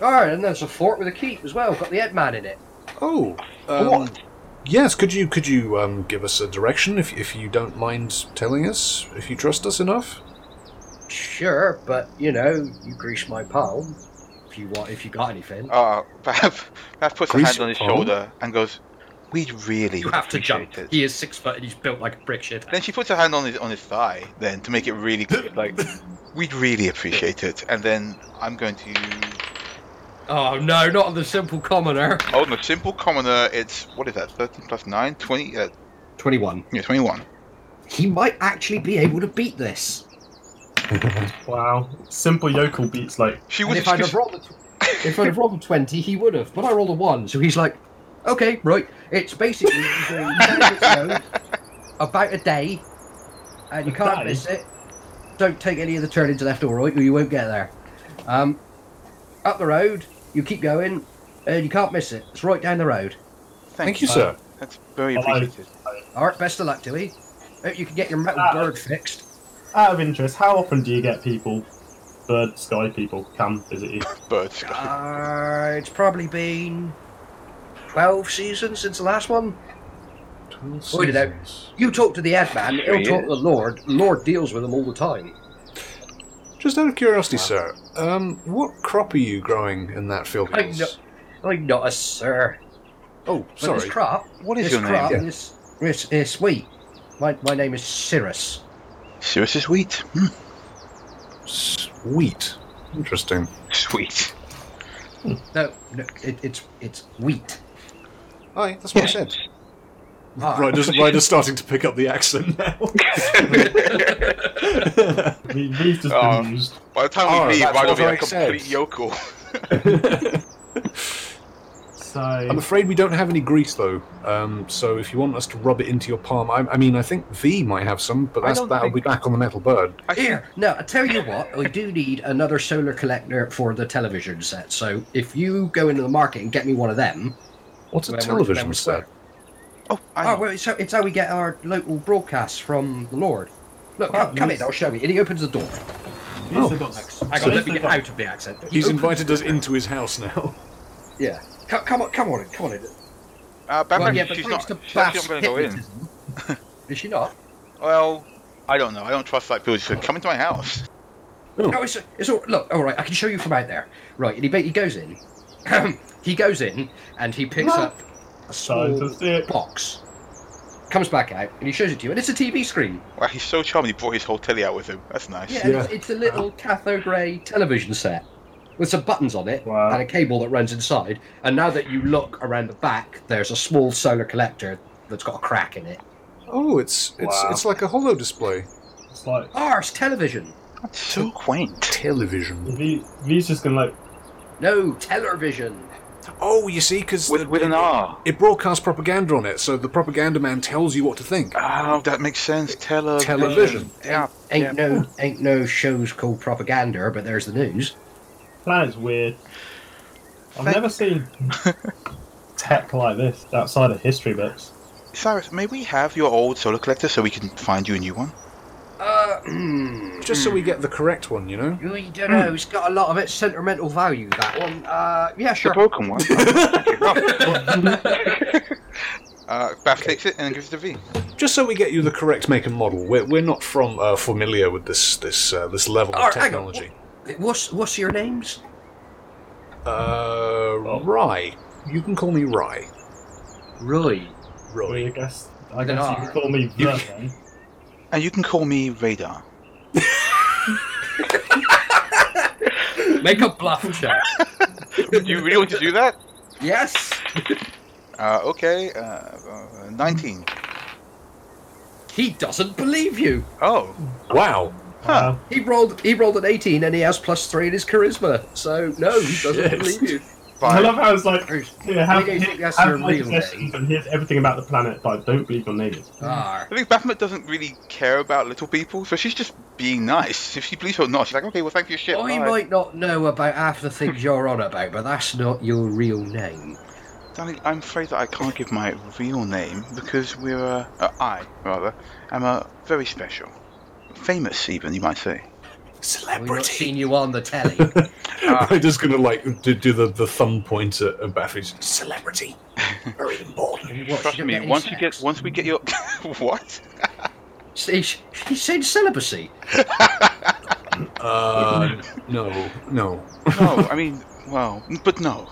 Oh, and there's a fort with a keep as well. Got the head man in it. Oh, um, What? Yes, could you could you um, give us a direction if if you don't mind telling us if you trust us enough? Sure, but you know, you grease my palm if you want. If you got anything, Uh, Bav, Bav puts a Grease hand on his palm? shoulder and goes, We'd really you have to jump. appreciate It. He is six foot and he's built like a brick shit. Then she puts her hand on his on his thigh, then to make it really clear, [laughs] like, we'd really appreciate it. And then I'm going to Oh no, not on the simple commoner. Oh, no, simple commoner. It's what is that? 13 plus 9? 20? Uh, Twenty-one. yeah, 21. He might actually be able to beat this. Wow. Simple yokel beats like She And was. if I'd have excuse- rolled, a tw- [laughs] if I'd have rolled a twenty, he would have. But I rolled a one, so he's like, "Okay, right." It's basically you do nine episodes, about a day, and you A can't day? miss it. Don't take any of the turnings left or right, or you won't get there. Um, up the road, you keep going, and you can't miss it. It's right down the road. Thank you, sir. That's very Bye. appreciated. All right, best of luck to you. Hope you can get your metal Ah. bird fixed. out of interest, how often do you get people bird sky people come visit you? Bird sky. Uh, it's probably been twelve seasons since the last one. Pointed Uh, out. You talk to the ad man, Sure he'll he talk is. to the Lord. The Lord deals with them all the time. Just out of curiosity, sir, um, what crop are you growing in that field? of I yours? know- I'm not a uh, sir. Oh, But sorry. this crop, What is this your crop name? is, is, is sweet. My, my name is Cyrus. Cirrus is wheat. Hmm, Sweet. Interesting. sweet. No, no it, it's it's wheat. Aye, that's what I Yes. said. Ah, Ryder's, Ryder's starting to pick up the accent now. [laughs] We- We've just Oh. Um, been used. By the time Oh, we leave, that's I'm going what to be a I said. complete yokel. So I'm afraid we don't have any grease, though. Um, so if you want us to rub it into your palm, I, I mean, I think V might have some, but I that's, don't that'll think- be back on the metal bird. I think Here, no, I tell you what, I do need another solar collector for the television set. So if you go into the market and get me one of them, What's a then we're- then television we're set? square. Oh, I know. Oh, well, it's how, it's how we get our local broadcasts from the Lord. Look, Oh, come, come nice. in, I'll show you. And he opens the door. Yes, Oh. they've got- Hang so on, let they've me get got- out of the accent. Oh, He's invited us into his house now. [laughs] Yeah. Come, come on, come on, in, come on in. uh, Bam Well, Bam, yeah, but she's thanks not. to She's Bath's actually not going to go in. hypnotism- Is she not? Well, I don't know. I don't trust that people. So come into my house. No, it's, it's all. Look, all right, I can show you from out there. Right, and he, ba- he goes in, [clears throat] he goes in and he picks up a Time small to stick. box, comes back out, and he shows it to you, and it's a TV screen. Wow, he's so charming. He brought his whole telly out with him. That's nice. Yeah, It's, it's a little cathode ray television set with some buttons on it Wow. and a cable that runs inside. And now that you look around the back, there's a small solar collector that's got a crack in it. Oh, it's it's Wow. it's like a hollow display. It's like Arse television. That's so quaint. Television. V, V's just gonna like No television. Oh, you see, because With, with an R. it broadcasts propaganda on it, so the propaganda man tells you what to think. Oh, that makes sense. Television. Television. Yeah. Ain't no ain't no shows called propaganda, but there's the news. planet's weird. I've never seen tech like this outside of history books. Cyrus, may we have your old solar collector so we can find you a new one? Uh, mm, Just Hmm. so we get the correct one, you know. you don't know. It's got a lot of its sentimental value. That one. Uh, yeah, The sure. broken one. [laughs] uh, Bath takes it and gives it to V. Just so we get you the correct make and model. We're, we're not from uh, familiar with this this uh, this level Oh, of hang on. technology. [laughs] What's what's your names? Uh, Rye. You can call me Rye. Roy. I mean, I Rye. guess I Then guess you R. could call me V You- then. And you can call me Radar. Make a bluff check. you really want to do that? yes. Uh, okay. Uh, uh, 19. He doesn't believe you. Oh. Wow. Wow. He rolled he rolled an 18 and he has plus 3 in his charisma. So no, he doesn't Shit. [laughs] believe you. I Bye. love how it's like yeah, have, We don't here- think that's have your my real possessions and here's everything about the planet, but I don't believe your name is. Ah. I think Baphomet doesn't really care about little people, so she's just being nice. If she believes or not, she's like, okay, well, thank you, shit. I bye." might not know about half the things you're on about, but that's not your real name. Darling, I'm afraid that I can't give my real name because we're, uh, uh, I, rather, am uh, very special. Famous, even, you might say. We've not [laughs] seen you on [laughs] the telly. I'm just gonna like do, do the, the thumb point at, at Baffy's [laughs] celebrity. Very important. What, Trust you don't me, get any once you sex? get, once we get your. [laughs] what? See, she- he said celibacy. Uh, [laughs] no, no. [laughs] No, I mean, well, but no.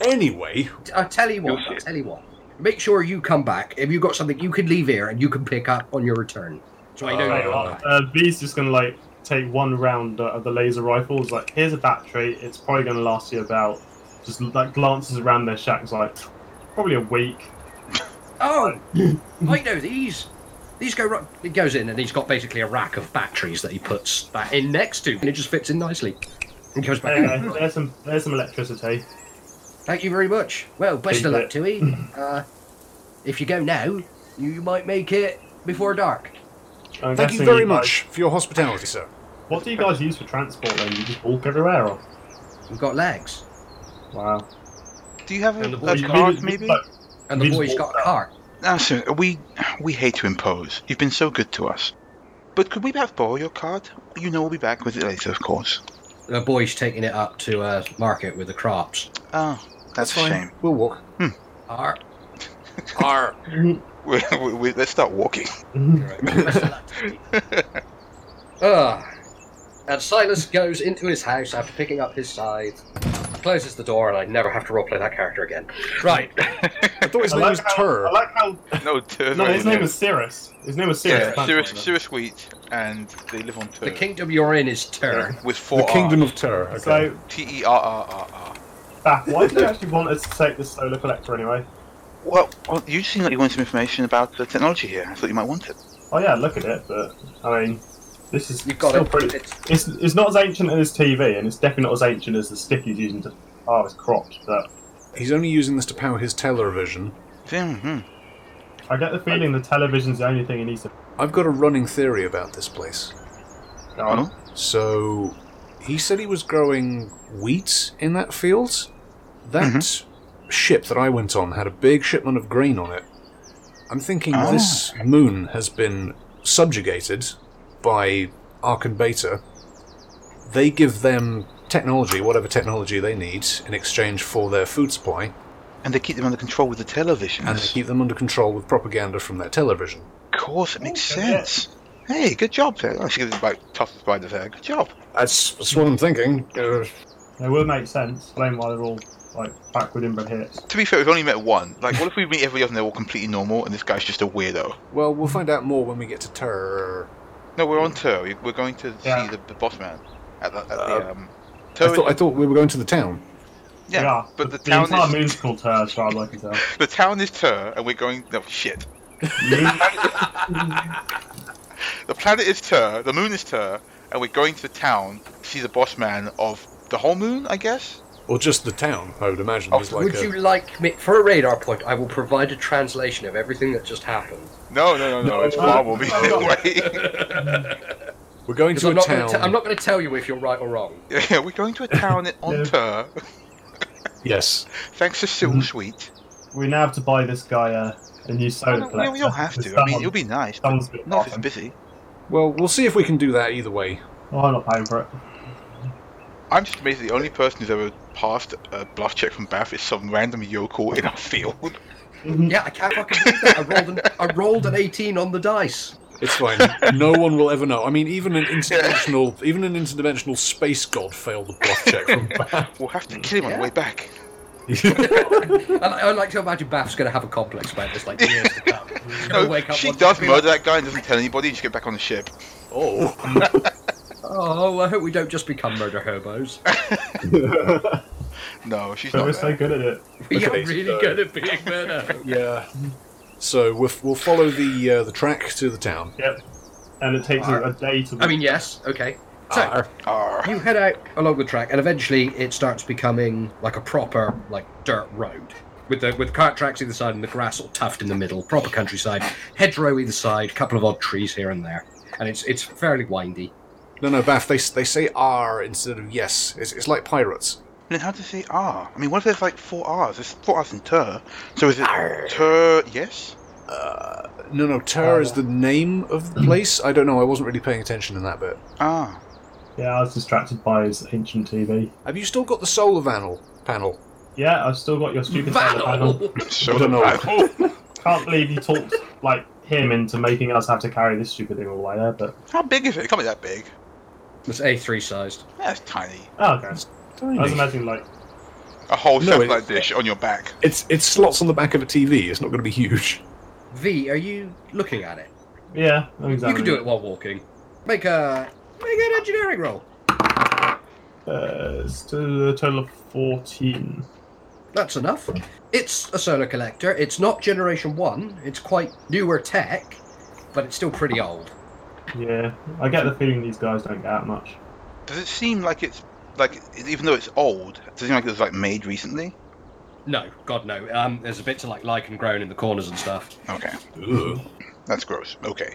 anyway, I'll tell you what, You'll see I'll it. tell you what. Make sure you come back. If you've got something, you can leave here and you can pick up on your return. So I know Uh, you're on Alright. that. Uh, V's just gonna like take one round uh, of the laser rifle. It's like here's a battery. It's probably gonna last you about just like glances around their shacks like probably a week. Oh, [laughs] I know these. These go right. He goes in and he's got basically a rack of batteries that he puts that in next to, and it just fits in nicely. And goes back. [laughs] There you go. There's some there's some electricity. [laughs] Thank you very much. Well, best of Thank luck, Tui. [laughs] Uh, if you go now, you might make it before dark. I'm thank you guessing very guys- much for your hospitality, sir. What do you guys use for transport then? You just walk everywhere or? We've got legs, Wow. Do you have And the a, boy- a You card, literally- maybe? like, and the We just boy's walked got a cart. No, sir, we, we hate to impose. You've been so good to us. But could we perhaps borrow your card? You know we'll be back with it later, of course. The boy's taking it up to a market with the crops. Ah, that's, a fine. shame. We'll walk. Arr. Arr. we we we let's start walking. Best of luck, Tui. Ah. And Silas goes into his house after picking up his scythe, closes the door, and I never have to roleplay that character again. Right. [laughs] I thought his I name like was how, Tur. [laughs] I like how [laughs] [laughs] No, to- no, his name is Cirrus. His name is Cirrus. yeah, that's serious, right. serious Wheat, and they live on Tur. The kingdom you're in is Ter. with four the R's. Kingdom of Tur. Okay. So, T E R R R R. Bath, why did you actually want us to take this solar collector anyway? Well, well, you seem like you wanted some information about the technology here. I thought you might want it. Oh yeah, look at it, but I mean, this is You've got still it. pretty. It's- It's, it's not as ancient as TV, and it's definitely not as ancient as the stick he's using to harvest crops. But He's only using this to power his television. hmm I get the feeling the television's the only thing he needs to. I've got a running theory about this place. Oh. So, he said he was growing wheat in that field. That ship that I went on had a big shipment of grain on it. I'm thinking Ah. this moon has been subjugated by Ark and Beta. They give them technology, whatever technology they need, in exchange for their food supply, And they keep them under control with the televisions. and they keep them under control with propaganda from their television. Of course, it makes Okay, yeah. sense. Hey, good job there. Oh, she gives it like toss the spider's hair. Good job. That's, that's what I'm thinking. Uh, It would make sense. Blame why they're all like backward inbred hits. To be fair, we've only met one. Like, what if we meet every other and they're all completely normal and this guy's just a weirdo? Well, we'll find out more when we get to Tur. No, we're on Tur. We- We're going to see Yeah. the, the boss man at the, at Uh, the um, I Tur. thought, I thought we were going to the town. yeah, We are, but the the town entire is moon's called Tur, as far as I can tell. the town is Tur, and we're going. No shit. [laughs] The planet is Tur. The moon is Tur, and we're going to the town to see the boss man of the whole moon, I guess. Or just the town, I would imagine. Oh, There's like Would a- you like me for a radar point? I will provide a translation of everything that just happened. No, no, no, no. No, it's no, far [laughs] will be no, that We're going 'Cause to I'm a not, gonna town. te- I'm not going to tell you if you're right or wrong. way. yeah, we're going to a [laughs] town on No. Tur. Yes. Thanks to Syl Mhm. Sweet. We now have to buy this guy a, a Oh, new No, soda no, collector. we don't have to. I mean, it'll be nice. But Someone's bit not if it's awesome. busy. Well, we'll see if we can do that either way. Oh, I'm not paying for it. I'm just amazed that the only person who's ever passed a bluff check from Bath is some random yokel in our field. [laughs] Yeah, I can't fucking do that. [laughs] I rolled an, I rolled an 18 on the dice. It's [laughs] fine. no one will ever know. I mean, even an interdimensional, even an interdimensional space god failed the bluff check [laughs] from We'll have to kill him on the way back. And I, I like to imagine Baff's going to have a complex about this, like years to [laughs] come. He's gonna No, wake up she one day does and be like, murder that guy and doesn't tell anybody. Just get back on the ship. Oh, Oh, I hope we don't just become [laughs] murder hobos. No, she's But not. we're so there. good at it. We are Okay, really so- good at being murder. hobos. yeah. So we'll, we'll follow the uh, the track to the town. Yep. And it takes us a day to. I mean, yes, okay. So, Arr. Arr. you head out along the track, and eventually it starts becoming like a proper like dirt road with the with cart tracks either side and the grass all tuft in the middle, proper countryside, hedgerow either side, couple of odd trees here and there, and it's it's fairly windy. No, no, Bath. They s- they say R instead of yes. It's, it's like pirates. Then how do you say R? I mean, what if there's like four R's? There's four R's in Tur. So is it Tur? Yes. Uh, No, no, Tur is the name of the place. I don't know. I wasn't really paying attention in that bit. Ah. yeah, I was distracted by his ancient TV. Have you still got the solar panel? Panel. Yeah, I've still got your stupid soda panel. Val! [laughs] So I don't know. Can't believe you talked like him into making us have to carry this stupid thing all the way there. But [laughs] How big is it? It can't be that big. It's A three sized. That's tiny. oh, okay. I was Tiny. imagining like A whole No, satellite it's- dish on your back. It's it's slots on the back of a TV. It's not going to be huge. V, are you looking at it? yeah, I'm You examining. can do it while walking. Make a make an engineering roll. Uh, it's to a total of fourteen. That's enough. It's a solar collector. It's not generation one. It's quite newer tech, but it's still pretty old. Yeah, I get the feeling these guys don't get out much. Does it seem like it's like even though it's old, does it seem like it was like made recently? No, God no. Um, there's a bit to like lichen grown in the corners and stuff. Okay, Ugh. that's gross. Okay,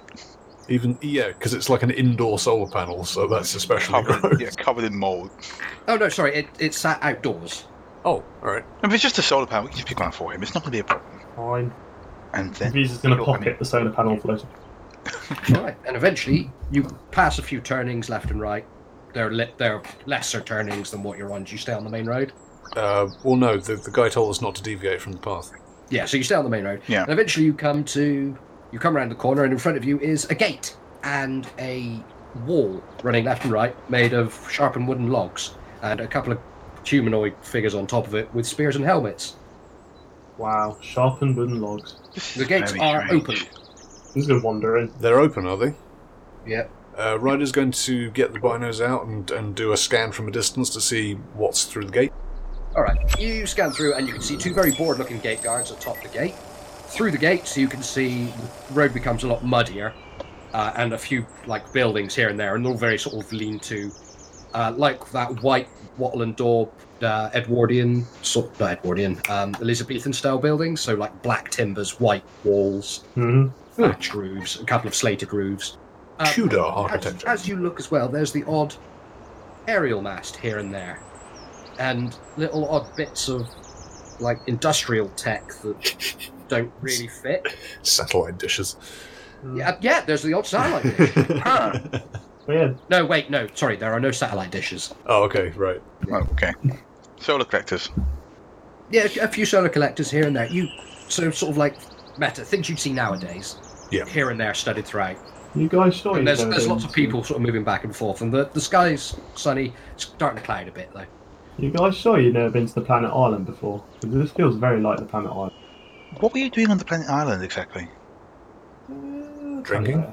Even yeah, because it's like an indoor solar panel, so that's especially gross. covered Oh, yeah, covered in mold. Oh no, sorry. It it sat outdoors. Oh, all right. If it's just a solar panel, we can just pick one up for him. It's not gonna be a problem. Fine. And then Visa's gonna Sure, I pocket mean- the solar panel floater. Right, and eventually you pass a few turnings left and right. They're li- they're lesser turnings than what you're on. Do you stay on the main road? Uh, well, no, the, the guy told us not to deviate from the path. Yeah, so you stay on the main road. Yeah. And eventually you come to you come around the corner and in front of you is a gate and a wall running left and right made of sharpened wooden logs and a couple of humanoid figures on top of it with spears and helmets. Wow, sharpened wooden logs. This The is gates very are strange. open. I'm just gonna wander in. They're open, are they? Yeah. Uh, Ryder's going to get the binos out and, and do a scan from a distance to see what's through the gate. All right, you scan through and you can see two very bored-looking gate guards atop the gate. Through the gate, so you can see the road becomes a lot muddier, uh, and a few like buildings here and there, and all very sort of lean-to, uh, like that white wattle and daub uh, Edwardian, sort not Edwardian, um, Elizabethan-style buildings. So like black timbers, white walls, hmm thatched roofs, a couple of slated roofs. Uh, Tudor as, architecture. as you look as well, there's the odd aerial mast here and there, and little odd bits of like industrial tech that [laughs] don't really fit. Satellite dishes. Mm. Yeah, uh, yeah. There's the odd satellite. [laughs] dish. Weird. No, wait, no. Sorry, there are no satellite dishes. oh, okay, right. [laughs] Oh, okay. Solar collectors. Yeah, a few solar collectors here and there. You so sort of like meta things you'd see nowadays. Yeah. Here and there, studded throughout. You guys sure? And you there's know there's lots of Oh, things? people sort of moving back and forth, and the the sky's sunny, it's starting to cloud a bit though. You guys sure you've never been to the planet Island before? Because this feels very like the planet Island. What were you doing on the planet Island exactly? Drinking?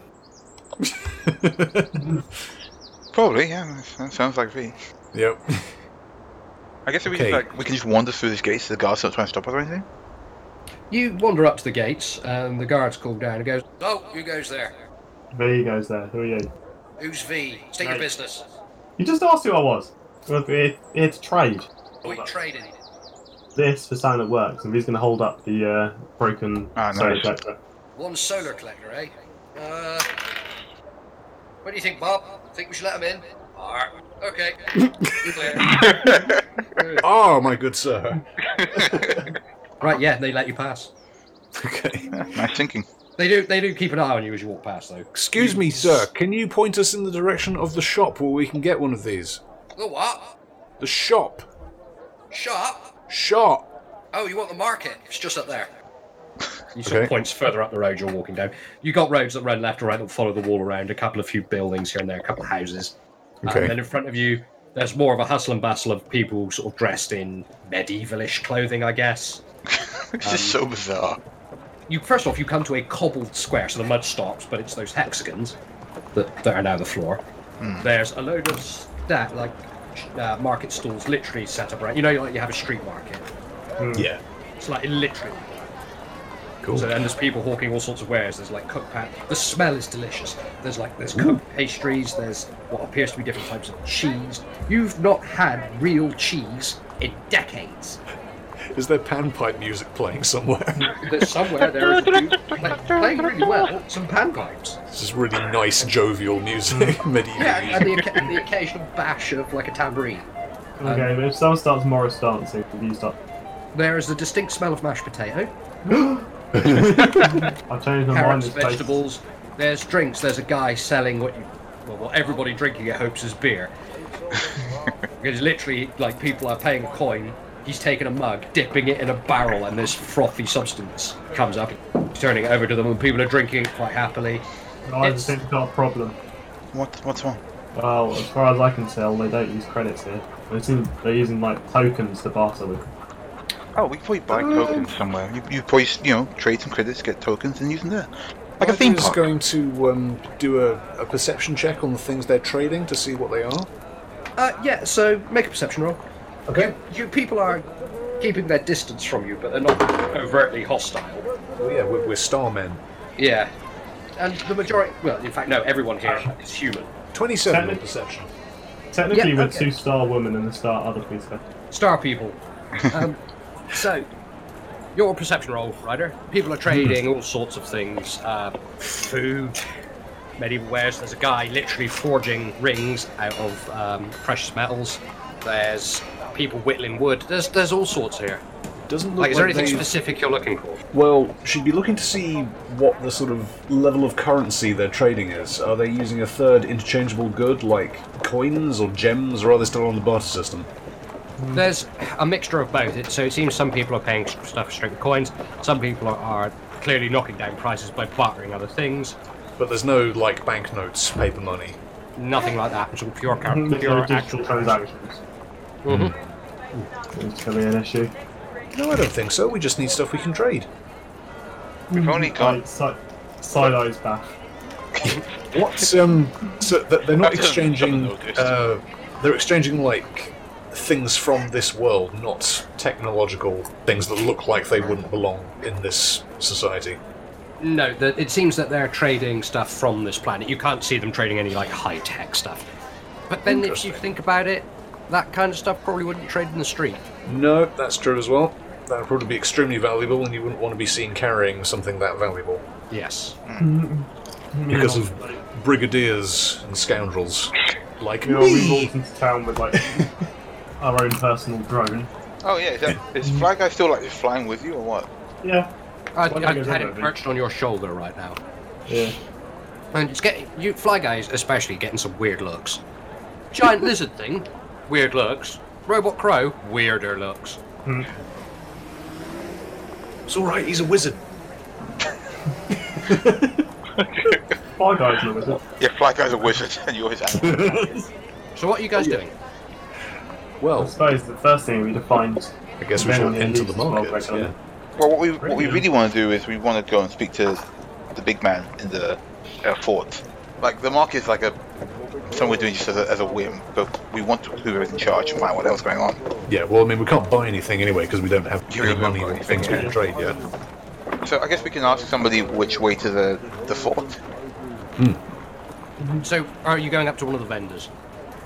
Probably, yeah. that's- That sounds like me. yep. I guess if we just, Okay. like we can just wander through these gates. The guards don't try and stop us or anything. You wander up to the gates, and the guards call down and goes, "Oh, who goes there? There you guys there. Who are you? Who's V? State Right. your business. You just asked who I was. We're here, here to trade What you trading? this for sound that works, and he's going to hold up the uh, broken Ah, nice. solar collector. One solar collector, eh? Uh, what do you think, Bob? Think we should let him in? All right. Okay. You clear. Oh, my good sir. [laughs] Right, yeah, they let you pass. Okay. nice [laughs] thinking. They do. They do keep an eye on you as you walk past, though. Excuse me, sir. Can you point us in the direction of the shop where we can get one of these? The what? The shop. Shop? Shop. Oh, you want the market? It's just up [laughs] there. You sort Okay. of points further up the road you're walking down. You got roads that run left and right that follow the wall around. A couple of few buildings here and there, a couple of houses. Um, Okay. And then in front of you, there's more of a hustle and bustle of people sort of dressed in medievalish clothing, I guess. It's just so bizarre. You first off, you come to a cobbled square, so the mud stops, but it's those hexagons that, that are now the floor. Hmm. There's a load of stack like uh, market stalls, literally set up right. You know, like you have a street market. Hmm. Yeah. It's like literally. Cool. So then there's people hawking all sorts of wares. There's like cooked pan. The smell is delicious. There's like there's cooked pastries. There's what appears to be different types of cheese. You've not had real cheese in decades. Is there panpipe music playing [laughs] somewhere? There's somewhere there is a dude play, playing really well some panpipes. It's just really nice, jovial music, medieval Yeah, and music. the, oca- the occasional bash of like a tambourine. Um, Okay, but if someone starts Morris dancing, you start. There is a distinct smell of mashed potato. I've changed my mind. carrots, This place. vegetables. There's drinks. There's a guy selling what you, well, what everybody drinking at Hope's is beer. because literally, like people are paying a coin. He's taking a mug, dipping it in a barrel, and this frothy substance comes up, turning it over to them, and people are drinking it quite happily. I it's- just think it's not a problem. What what's wrong? Well, as far as I can tell, they don't use credits here. They seem they're using like tokens to barter with. Oh, we could probably buy tokens somewhere. You you probably s- you know trade some credits, get tokens, and use them there. Like a theme Roger's park. going to um, do a, a perception check on the things they're trading to see what they are. Uh, yeah. So make a perception roll. Okay. You people are keeping their distance from you, but they're not overtly hostile. Oh yeah, we're, we're star men. Yeah. And the majority, well, in fact, no, everyone here is human. Twenty-seven on Seven. perception. Technically, Yeah, we're okay. two star women and a star other piece of. Star people. Um, so, your perception roll, Ryder. People are trading all sorts of things uh, food, medieval wares. There's a guy literally forging rings out of um, precious metals. There's people whittling wood. There's there's all sorts here. Doesn't look Like, like, is there anything they've- specific you're looking for? Well, she'd be looking to see what the sort of level of currency they're trading is. Are they using a third interchangeable good like coins or gems, or are they still on the barter system? There's a mixture of both. It- So it seems some people are paying s- stuff straight with coins. Some people are, are clearly knocking down prices by bartering other things. But there's no like banknotes, paper money. Nothing like that. It's all pure currency. There's no Pure digital actual transactions. Hmm. Mhm. It's going to be an issue. No, I don't think so. We just need stuff we can trade. We've only got Like si- silos bath. What's um? So th- they're not That's a- exchanging. something noticed. Uh, they're exchanging like things from this world, not technological things that look like they wouldn't belong in this society. No, the, it seems that they're trading stuff from this planet. You can't see them trading any like high tech stuff. But then, if you Interesting. think about it, that kind of stuff probably wouldn't trade in the street. No, that's true as well. That would probably be extremely valuable, and you wouldn't want to be seen carrying something that valuable Yes. because of brigadiers and scoundrels like You know, we me. walked into town with [laughs] like our own personal drone. Oh yeah, is, that, is Fly Guy still like flying with you or what? Yeah. I, Why don't I you go had there, it Vic? perched on your shoulder right now, Yeah. and it's getting you fly guys, especially getting some weird looks. Giant lizard thing, weird looks. Robot crow, weirder looks. It's all right. He's a wizard. Fly Guy's not with it. [laughs] Yeah, Fly Guy's a wizard and you're his animal. Oh, So what are you guys doing? I Well, suppose the first thing would be to find. I guess we should Depending on enter the the needs market. as well, Yeah. Well, what we what we Brilliant. really want to do is we want to go and speak to the big man in the uh, fort. Like the market is like a something we're doing just as a, as a whim, but we want to whoever's in charge and find out what else going on. yeah, well, I mean, we can't buy anything anyway because we don't have You any haven't money got or anything, things we can trade yet. So I guess we can ask somebody which way to the the fort. So, are you going up to one of the vendors?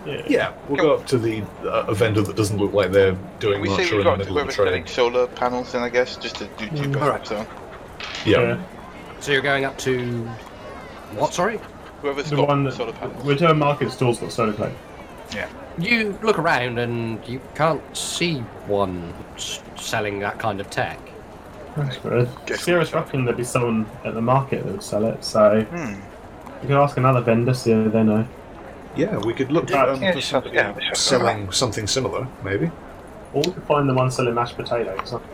Yeah. Yeah, we'll go up to the uh, a vendor that doesn't look like they're doing we much say or in we the got middle of the whoever's trade. selling solar panels, then I guess just to do Mm. cheaper. all right. So Yeah, So you're going up to what? Sorry. whoever's The got one that. solar panels. We're doing market stalls got solar plate. You look around and you can't see one s- selling that kind of tech. That's weird. Guess- Serious reckon there'd be someone at the market that would sell it, so Hmm. you could ask another vendor, see if they know. yeah, we could look Yeah, um, yeah, for sure, somebody yeah, sure. selling something similar, maybe. Or we could find the one selling mashed potatoes. [laughs]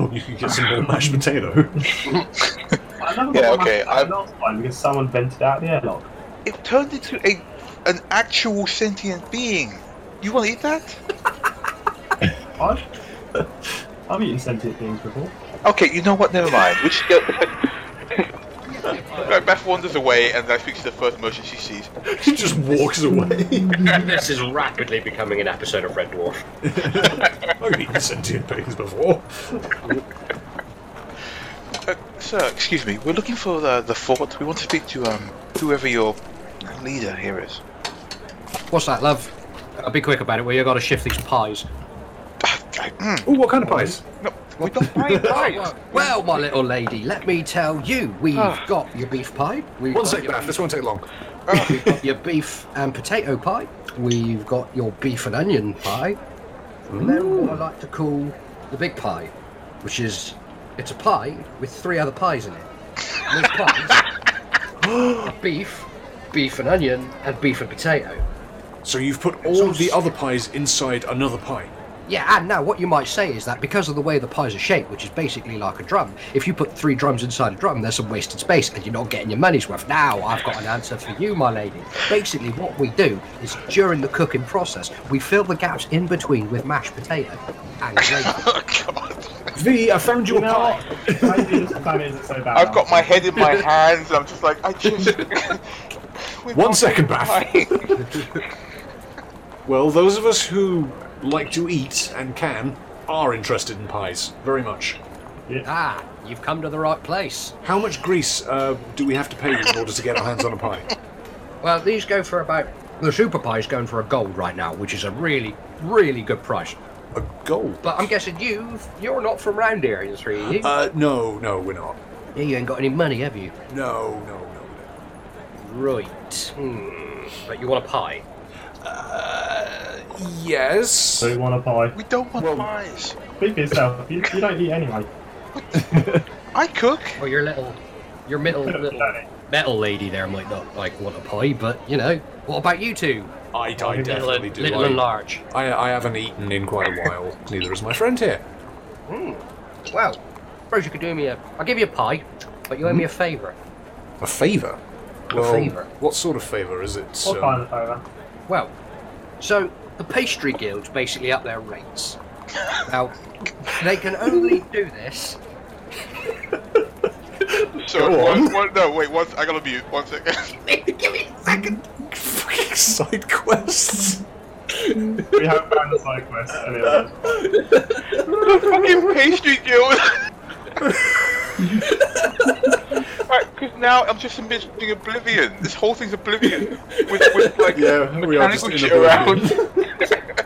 Or you could get some more mashed potato. [laughs] I never Yeah, got okay, mashed I've- potato last time because someone vented out the airlock. It turned into a an actual sentient being. You want to eat that? I've, [laughs] I've eaten sentient beings before. Okay, you know what? Never mind. We should go. [laughs] Right, Beth wanders away and I speaks to the first merchant she sees. he just [laughs] walks away. this is rapidly becoming an episode of Red Dwarf. I've eaten sentient beings before. Uh, sir, excuse me. We're looking for uh, the the fort. We want to speak to um whoever your leader here is. What's that, love? I'll be quick about it. Well, you got to shift these pies. Mm, Oh, what kind of pies? no, we're not buying Oh, pies. Well, my little lady, let me tell you, we've got your beef pie. We've Ah. One got sec, your Bath. This won't take long. We've got your beef and potato pie. We've got your beef and onion pie. And then what I like to call the big pie, which is it's a pie with three other pies in it. And those pies are [gasps] beef, beef and onion, and beef and potato. So you've put all the other pies inside another pie. Yeah, and now what you might say is that because of the way the pies are shaped, which is basically like a drum, if you put three drums inside a drum, there's some wasted space and you're not getting your money's worth. Now I've got an answer for you, my lady. Basically, what we do is during the cooking process, we fill the gaps in between with mashed potato and gravy. Oh, God. V, I found you a You know pie. what? Maybe this plan isn't so bad. I've got my head in my hands. I'm just like I just. We're One not second, Bath. buying- Well, those of us who like to eat and can are interested in pies very much. ah, you've come to the right place. How much grease uh, do we have to pay you in order to get our hands on a pie? Well, these go for about the super pie is going for a gold right now, which is a really, really good price. A gold? But I'm guessing you you're not from round here, you three. of you. Uh, no, no, we're not. Yeah, you ain't got any money, have you? No, no, no. no. Right. Hmm. But you want a pie? Uh, yes. So you want a pie? We don't want Well- pies. Speak for yourself. You, you don't eat anyway. I cook. Or your little, your middle little metal lady there might not like want a pie, but you know. What about you two? I, I Little, definitely and, do. little and I, large. I, I haven't eaten in quite a while. Neither has my friend here. Hmm. Well, suppose you could do me a. I'll give you a pie, but you owe me a favour. A favour? Well, favour. What sort of favour is it? What um, kind of favour? Well, so the pastry guild's basically up their rates. Now, they can only do this. So Go one, on. one, no, wait. One, I gotta mute. One second. Fucking [laughs] side quests. We have found the side quest. [laughs] Anyway. fucking pastry guild. Right, because now I'm just being oblivion. This whole thing's oblivion with, with like Yeah, we are just mechanical in shit a around.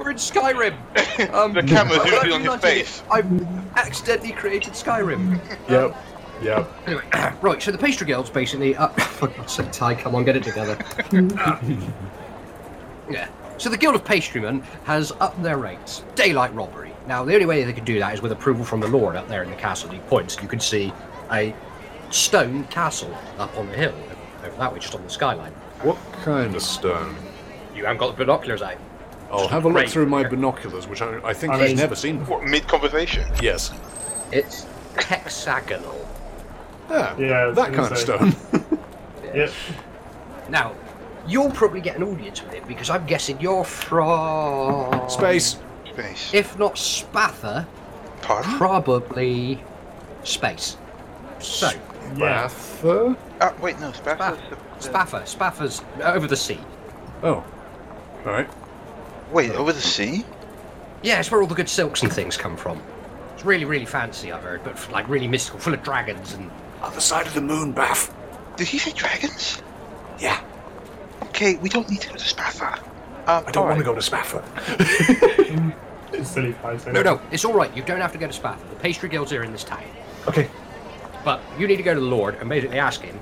We're in Skyrim. Um, the camera I've zoomed in on actually your not done it. face. I've accidentally created Skyrim. [laughs] Yep. Yep. Anyway, [coughs] right, so the pastry guild's basically. Uh, [coughs] for God's sake, Ty, come on, get it together. [laughs] yeah. So the Guild of Pastrymen has upped their rates. Daylight robbery. Now, the only way they can do that is with approval from the Lord up there in the castle. He points, you can see a stone castle up on the hill over that way, just on the skyline. What kind of stone? You haven't got the binoculars eh? out. I'll have a look great through my here. binoculars, which I, I think I I've mean- never seen before. What mid conversation? Yes. It's hexagonal. Ah, Yeah, I was that gonna kind of say. [laughs] stone. Yep. Now, you'll probably get an audience with it because I'm guessing you're from. Space. Space. If not Spatha, Pardon? probably space. So, Yeah. Spatha? Ah, wait, no, Spatha's. Spaff- the- the- Spaffa, Spaffa's over the sea. Oh. Alright. Wait, over the sea? Yeah, it's where all the good silks and things come from. It's really, really fancy, I've heard, but like really mystical, full of dragons and. Other side of the moon, Baff. Did he say dragons? Yeah. Okay, we don't need to go to Spatha. Um, I don't want to go to Spatha. Silly Python. No, no, it's all right. You don't have to go to Spaffa. The pastry guilds are in this town, okay. but you need to go to the Lord and basically ask him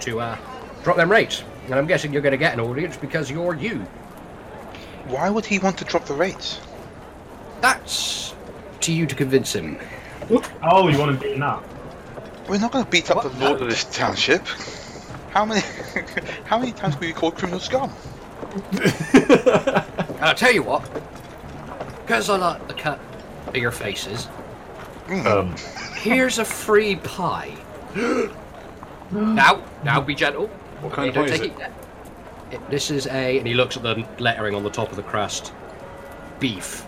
to uh, drop them rates. And I'm guessing you're going to get an audience because you're you. Why would he want to drop the rates? That's to you to convince him. Oh, you want to beaten up? We're not going to beat up What? the lord of this township. How many? [laughs] how many times were you called criminal scum? And I'll tell you what, because I like the cut of your faces, Um, here's a free [gasps] pie. now, now be gentle. what kind of Don't pie is take it? it. It- This is a, and he looks at the lettering on the top of the crust. Beef.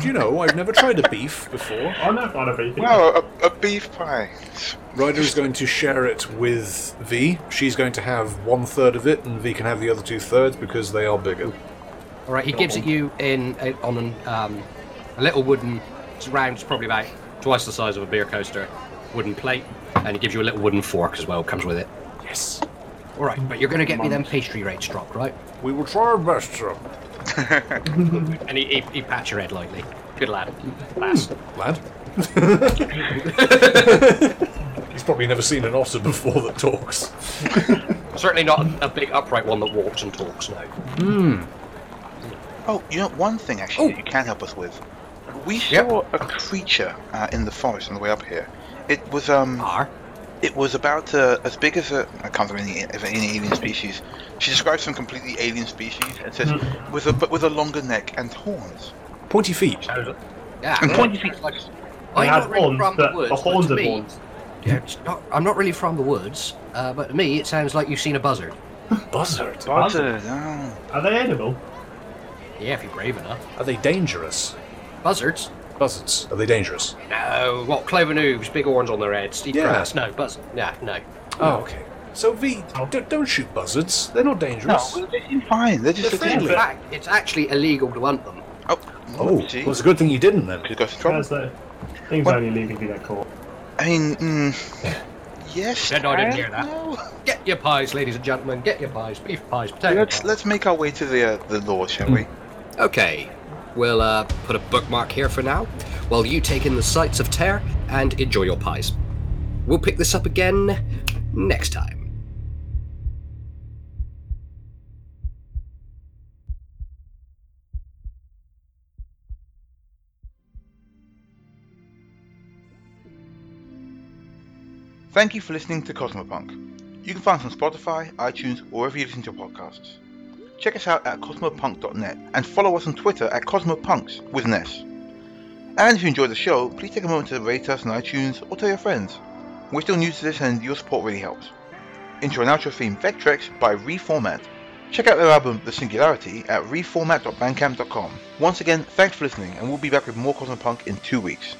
Do you know, I've never tried a beef before. Oh, no, not a beaten. Wow, a, a beef pie. Ryder is going to share it with V. She's going to have one third of it, and V can have the other two thirds because they are bigger. All right, he gives it you in a, on an, um, a little wooden, it's round, it's probably about twice the size of a beer coaster, wooden plate, and he gives you a little wooden fork as well. Comes with it. Yes. All right, but you're going to get me them pastry rates dropped, right? We will try our best, sir. And he, he, he pats your head lightly. Good lad. Lass. [laughs] Lad. He's probably never seen an otter before that talks. Certainly not a big upright one that walks and talks, no. Oh, you know one thing actually that you can help us with. We saw a creature uh, in the forest on the way up here. It was um, Are? it was about uh, as big as a. I can't think of any, of any alien species. She describes some completely alien species and says with a but with a longer neck and horns. Pointy feet. Yeah. And pointy feet. Like, They I'm had not really horns, from the but woods, the horns but are to me, horns. yeah, it's not, I'm not really from the woods, uh, but to me it sounds like you've seen a buzzard. Buzzard. Buzzard. Oh. Are they edible? Yeah, if you're brave enough. Are they dangerous? Buzzards? Buzzards. Are they dangerous? No, what, cloven hooves, big horns on their heads, deep Yeah. grass. No, buzz. Yeah, no. Oh, okay. So V, don't, don't shoot buzzards. They're not dangerous. No, they seem fine. They're just They're In friendly. friendly. fact, it's actually illegal to hunt them. Oh, Oh, see? well, it's a good thing you didn't then. Could go to trouble. There's the uh, things What? only legal if you get caught. I mean, mm, yes. Then I didn't hear and that. no. Get your pies, ladies and gentlemen. Get your pies, beef pies, potato Let's pies. let's make our way to the uh, the lord, shall we? Okay, we'll uh, put a bookmark here for now while you take in the sights of Terre and enjoy your pies. We'll pick this up again next time. Thank you for listening to Cosmopunk. You can find us on Spotify, iTunes, or wherever you listen to your podcasts. Check us out at cosmopunk.net and follow us on Twitter at cosmopunks with an S. And if you enjoyed the show, please take a moment to rate us on iTunes or tell your friends. We're still new to this and your support really helps. Intro and outro theme Vectrex by Reformat. Check out their album The Singularity at reformat.bandcamp.com. Once again, thanks for listening and we'll be back with more Cosmopunk in two weeks.